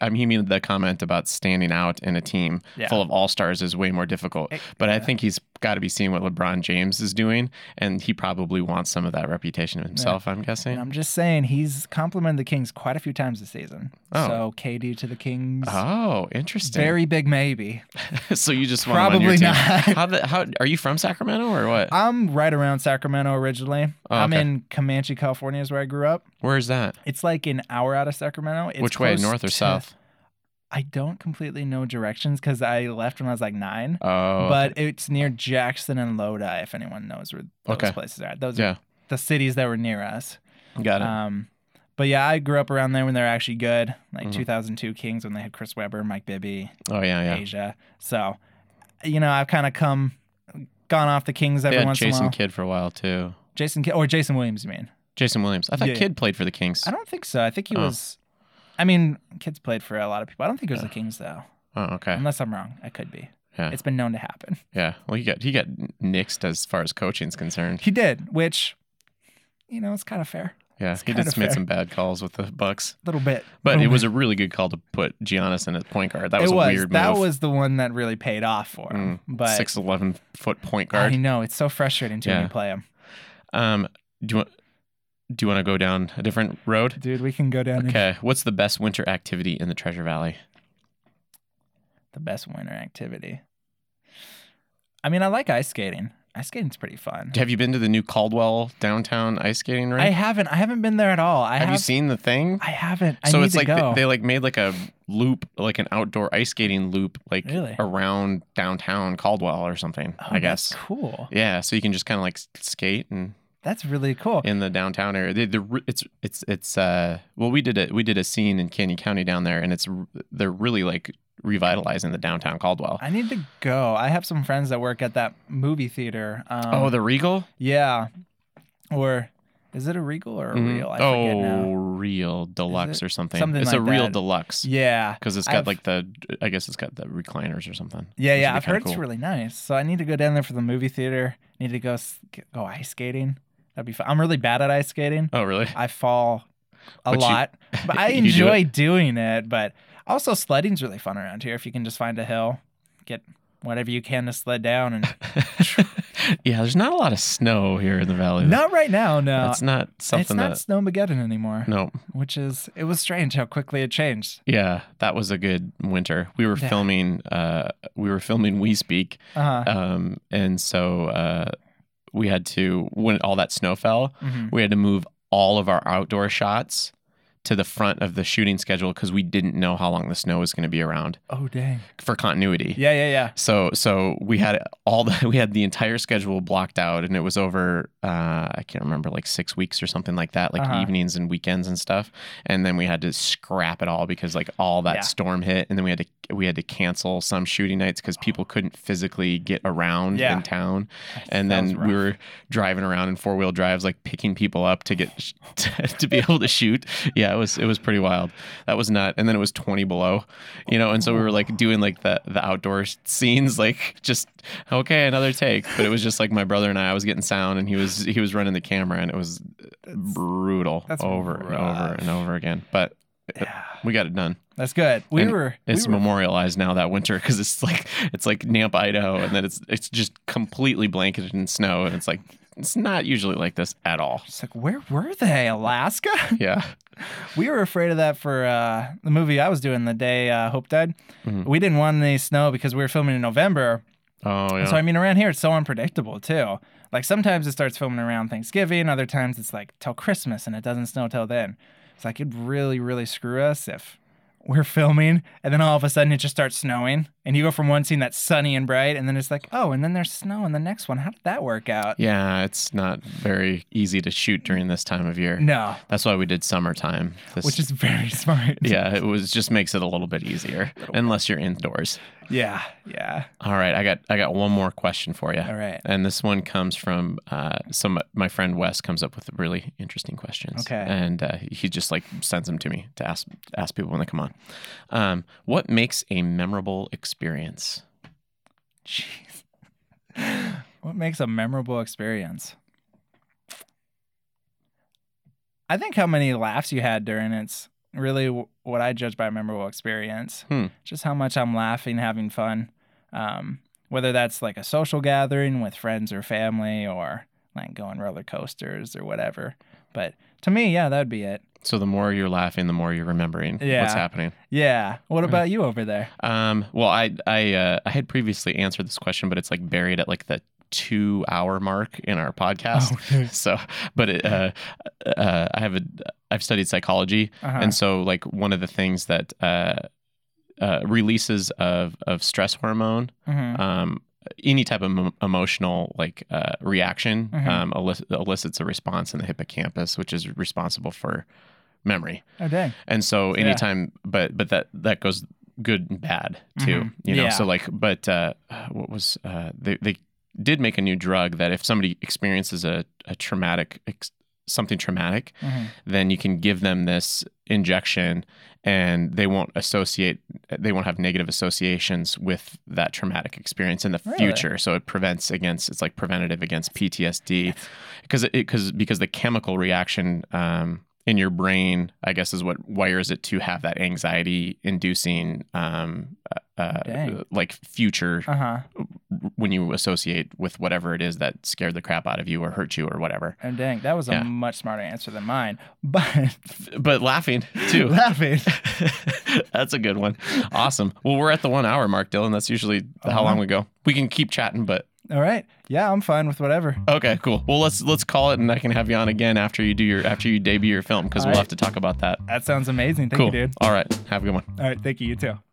I mean, he made the comment about standing out in a team
Yeah.
full of all stars is way more difficult.
It-
But I think he's got to be seeing what LeBron James is doing, and he probably wants some of that reputation himself. I'm guessing.
And I'm just saying he's complimented the Kings quite a few times this season.
Oh.
So KD to the Kings,
Oh, interesting.
very big maybe.
(laughs) so you just want him on your
Probably
team.
not. (laughs)
How the, how are you from Sacramento or what?
I'm right around Sacramento originally.
Oh,
I'm
okay.
in Comanche, California, is where I grew up.
Where's that?
It's like an hour out of Sacramento. It's
Which way,
close
north or
to-
south?
I don't completely know directions because I left when I was like nine.
Oh,
but it's near Jackson and Lodi. If anyone knows where those
Okay.
places are, those
yeah,
are the cities that were near us.
got it.
Um, but yeah, I grew up around there when they were actually good, like
Mhm.
2002 Kings when they had Chris Webber, Mike Bibby,
oh yeah, yeah.
Asia. So, you know, I've kind of come, gone off the Kings
They
every
had
once in a
Jason
while.
Kidd for a while too.
Jason Kidd or Jason Williams, you mean?
Jason Williams. I thought
Yeah.
Kidd played for the Kings.
I don't think so. I think he
Oh.
was. I mean, kids played for a lot of people. I don't think it was the Kings though,
Oh, okay.
unless I'm wrong. I could be.
Yeah.
It's been known to happen.
Yeah. Well, he got he got nixed as far as coaching's concerned.
He did, which, you know, it's kind of fair.
Yeah, he
kinda
did made
fair.
some bad calls with the Bucks,
little bit.
but
Little
it
bit.
was a really good call to put Giannis in at point guard. That was
it
a
was
weird
that
move. Mm.
was the one that really paid off for him. but
six eleven foot point
I
guard.
know it's so frustrating too when
Yeah.
you play him,
Um, do you want, do you want to go down a different road?
dude. We can go down and-
Okay, what's the best winter activity in the Treasure Valley?
the best winter activity. I mean, I like ice skating. Ice skating's pretty fun.
Have you been to the new Caldwell downtown ice skating rink?
I haven't. I haven't been there at all. I
have,
have,
you seen the thing?
I haven't. I
so
need
it's
to
like
go.
They, they like made like a loop, like an outdoor ice skating loop, like
Really?
around downtown Caldwell or something.
Oh,
I
that's
guess.
cool.
Yeah, so you can just kind of like s- skate and
That's really cool.
in the downtown area. The, the re- it's it's it's uh well we did a we did a scene in Canyon County down there, and it's r- they're really like revitalizing the downtown Caldwell.
I need to go. I have some friends that work at that movie theater. Um,
oh, the Regal.
yeah. Or is it a Regal or a
Mhm.
Real? I forget
oh,
now.
Real Deluxe
it?
or something.
Something
it's a
like
Real
that.
Deluxe
Yeah.
because it's got
I've-
like the I guess it's got the recliners or something.
Yeah,
which would
yeah.
be
I've
kinda
heard it's
cool.
really nice. So I need to go down there for the movie theater. Need to go s- go ice skating. That'd be fun. I'm really bad at ice skating.
Oh, really?
I fall a
But you-
lot, but
(laughs)
I
you do
enjoy doing it. But also sledding's really fun around here. If you can just find a hill, get whatever you can to sled
(laughs)
down, and
yeah, there's not a lot of snow here in the valley.
not right now. No,
that's not something
it's not snowmageddon anymore.
that. No,
Which is it was strange how quickly it changed.
yeah, that was a good winter. We were
Yeah.
filming. Uh, we were filming We Speak,
Uh huh.
um, and so uh, we had to when all that snow fell,
Mhm.
we had to move all of our outdoor shots to the front of the shooting schedule because we didn't know how long the snow was going to be around
Oh dang.
for continuity.
Yeah, yeah, yeah.
So so we had all the (laughs) we had the entire schedule blocked out, and it was over. Uh, I can't remember like six weeks or something like that, like
Uh-huh.
evenings and weekends and stuff. And then we had to scrap it all because like all that
Yeah.
storm hit, and then we had to we had to cancel some shooting nights because people couldn't physically get around
Oh. Yeah.
in town. And
That was
then we
rough.
were driving around in four wheel drives, like picking people up to get (laughs) to be able to shoot. Yeah, it was it was pretty wild. That was not. And then it was twenty below, you know. And so we were like doing like the the outdoor s- scenes, like just okay, another take. But it was just like my brother and I. I was getting sound, and he was he was running the camera, and it was brutal
that's
over and over
rough.
and over again. But
Yeah.
we got it done.
uh, That's good. We
And
were. we
It's
were-
memorialized now that winter because it's like it's like Nampa, Idaho, and then it's it's just completely blanketed in snow, and it's like it's not usually like this at all.
It's like, where were they? Alaska? (laughs)
Yeah,
we were afraid of that for uh, the movie I was doing the day uh, Hope died.
Mhm.
We didn't want any snow because we were filming in November.
oh yeah,
So, I mean, around here, it's so unpredictable, too. Like, sometimes it starts filming around Thanksgiving, other times it's like till Christmas and it doesn't snow till then. It's like, it'd really, really screw us if we're filming and then all of a sudden it just starts snowing and you go from one scene that's sunny and bright and then it's like, oh, and then there's snow in the next one. How did that work out?
yeah. It's not very easy to shoot during this time of year.
No,
That's why we did summertime. This,
which is very (laughs) smart.
yeah, it was just makes it a little bit easier unless you're indoors.
Yeah. Yeah.
All right, I got I got one more question for you.
All right.
And this one comes from uh, some my friend Wes comes up with really interesting questions.
Okay.
And uh, he just like sends them to me to ask ask people when they come on. Um, what makes a memorable experience?
Jeez. What makes a memorable experience? I think how many laughs you had during it's really w- what I judge by a memorable experience.
Hmm.
Just how much I'm laughing, having fun. Um, whether that's like a social gathering with friends or family or like going roller coasters or whatever. But to me, yeah, that'd be it.
So the more you're laughing, the more you're remembering
Yeah.
what's happening.
Yeah. What
Right.
about you over there?
Um, well, I I uh, I had previously answered this question, but it's like buried at like the two hour mark in our (laughs) podcast.
Oh,
So, but it, uh, uh, I have a I've studied psychology,
Uh-huh.
And so, like one of the things that uh, uh, releases of of stress hormone,
Mhm.
um, any type of em- emotional like uh, reaction,
Mhm.
um, elic- elicits a response in the hippocampus, which is responsible for memory.
Oh, dang.
And so,
Yeah.
anytime, but but that that goes good and bad too,
Mhm.
you know.
Yeah.
So like, but uh, what was uh, they they did make a new drug that if somebody experiences a a traumatic ex- something traumatic,
Mm-hmm.
then you can give them this injection and they won't associate they won't have negative associations with that traumatic experience in the
Really?
future so it prevents against it's like preventative against ptsd because it because because the chemical reaction um in your brain i guess is what wires it to have that anxiety inducing um uh, uh,
Dang.
like future
Uh huh.
when you associate with whatever it is that scared the crap out of you or hurt you or whatever
And Oh, dang, that was
Yeah.
a much smarter answer than mine. (laughs) But
but laughing too
(laughs) laughing.
(laughs) That's a good one. Awesome. Well, we're at the one hour mark, Dylan. That's usually how
Uh-huh.
long we go. We can keep chatting, but
All right. Yeah, I'm fine with whatever.
okay, cool. Well, let's let's call it, and I can have you on again after you do your after you debut your film because
All
we'll
right.
have to talk about that.
That sounds amazing. Thank
Cool.
you, dude.
All right. Have a good one.
All right. Thank you. You too.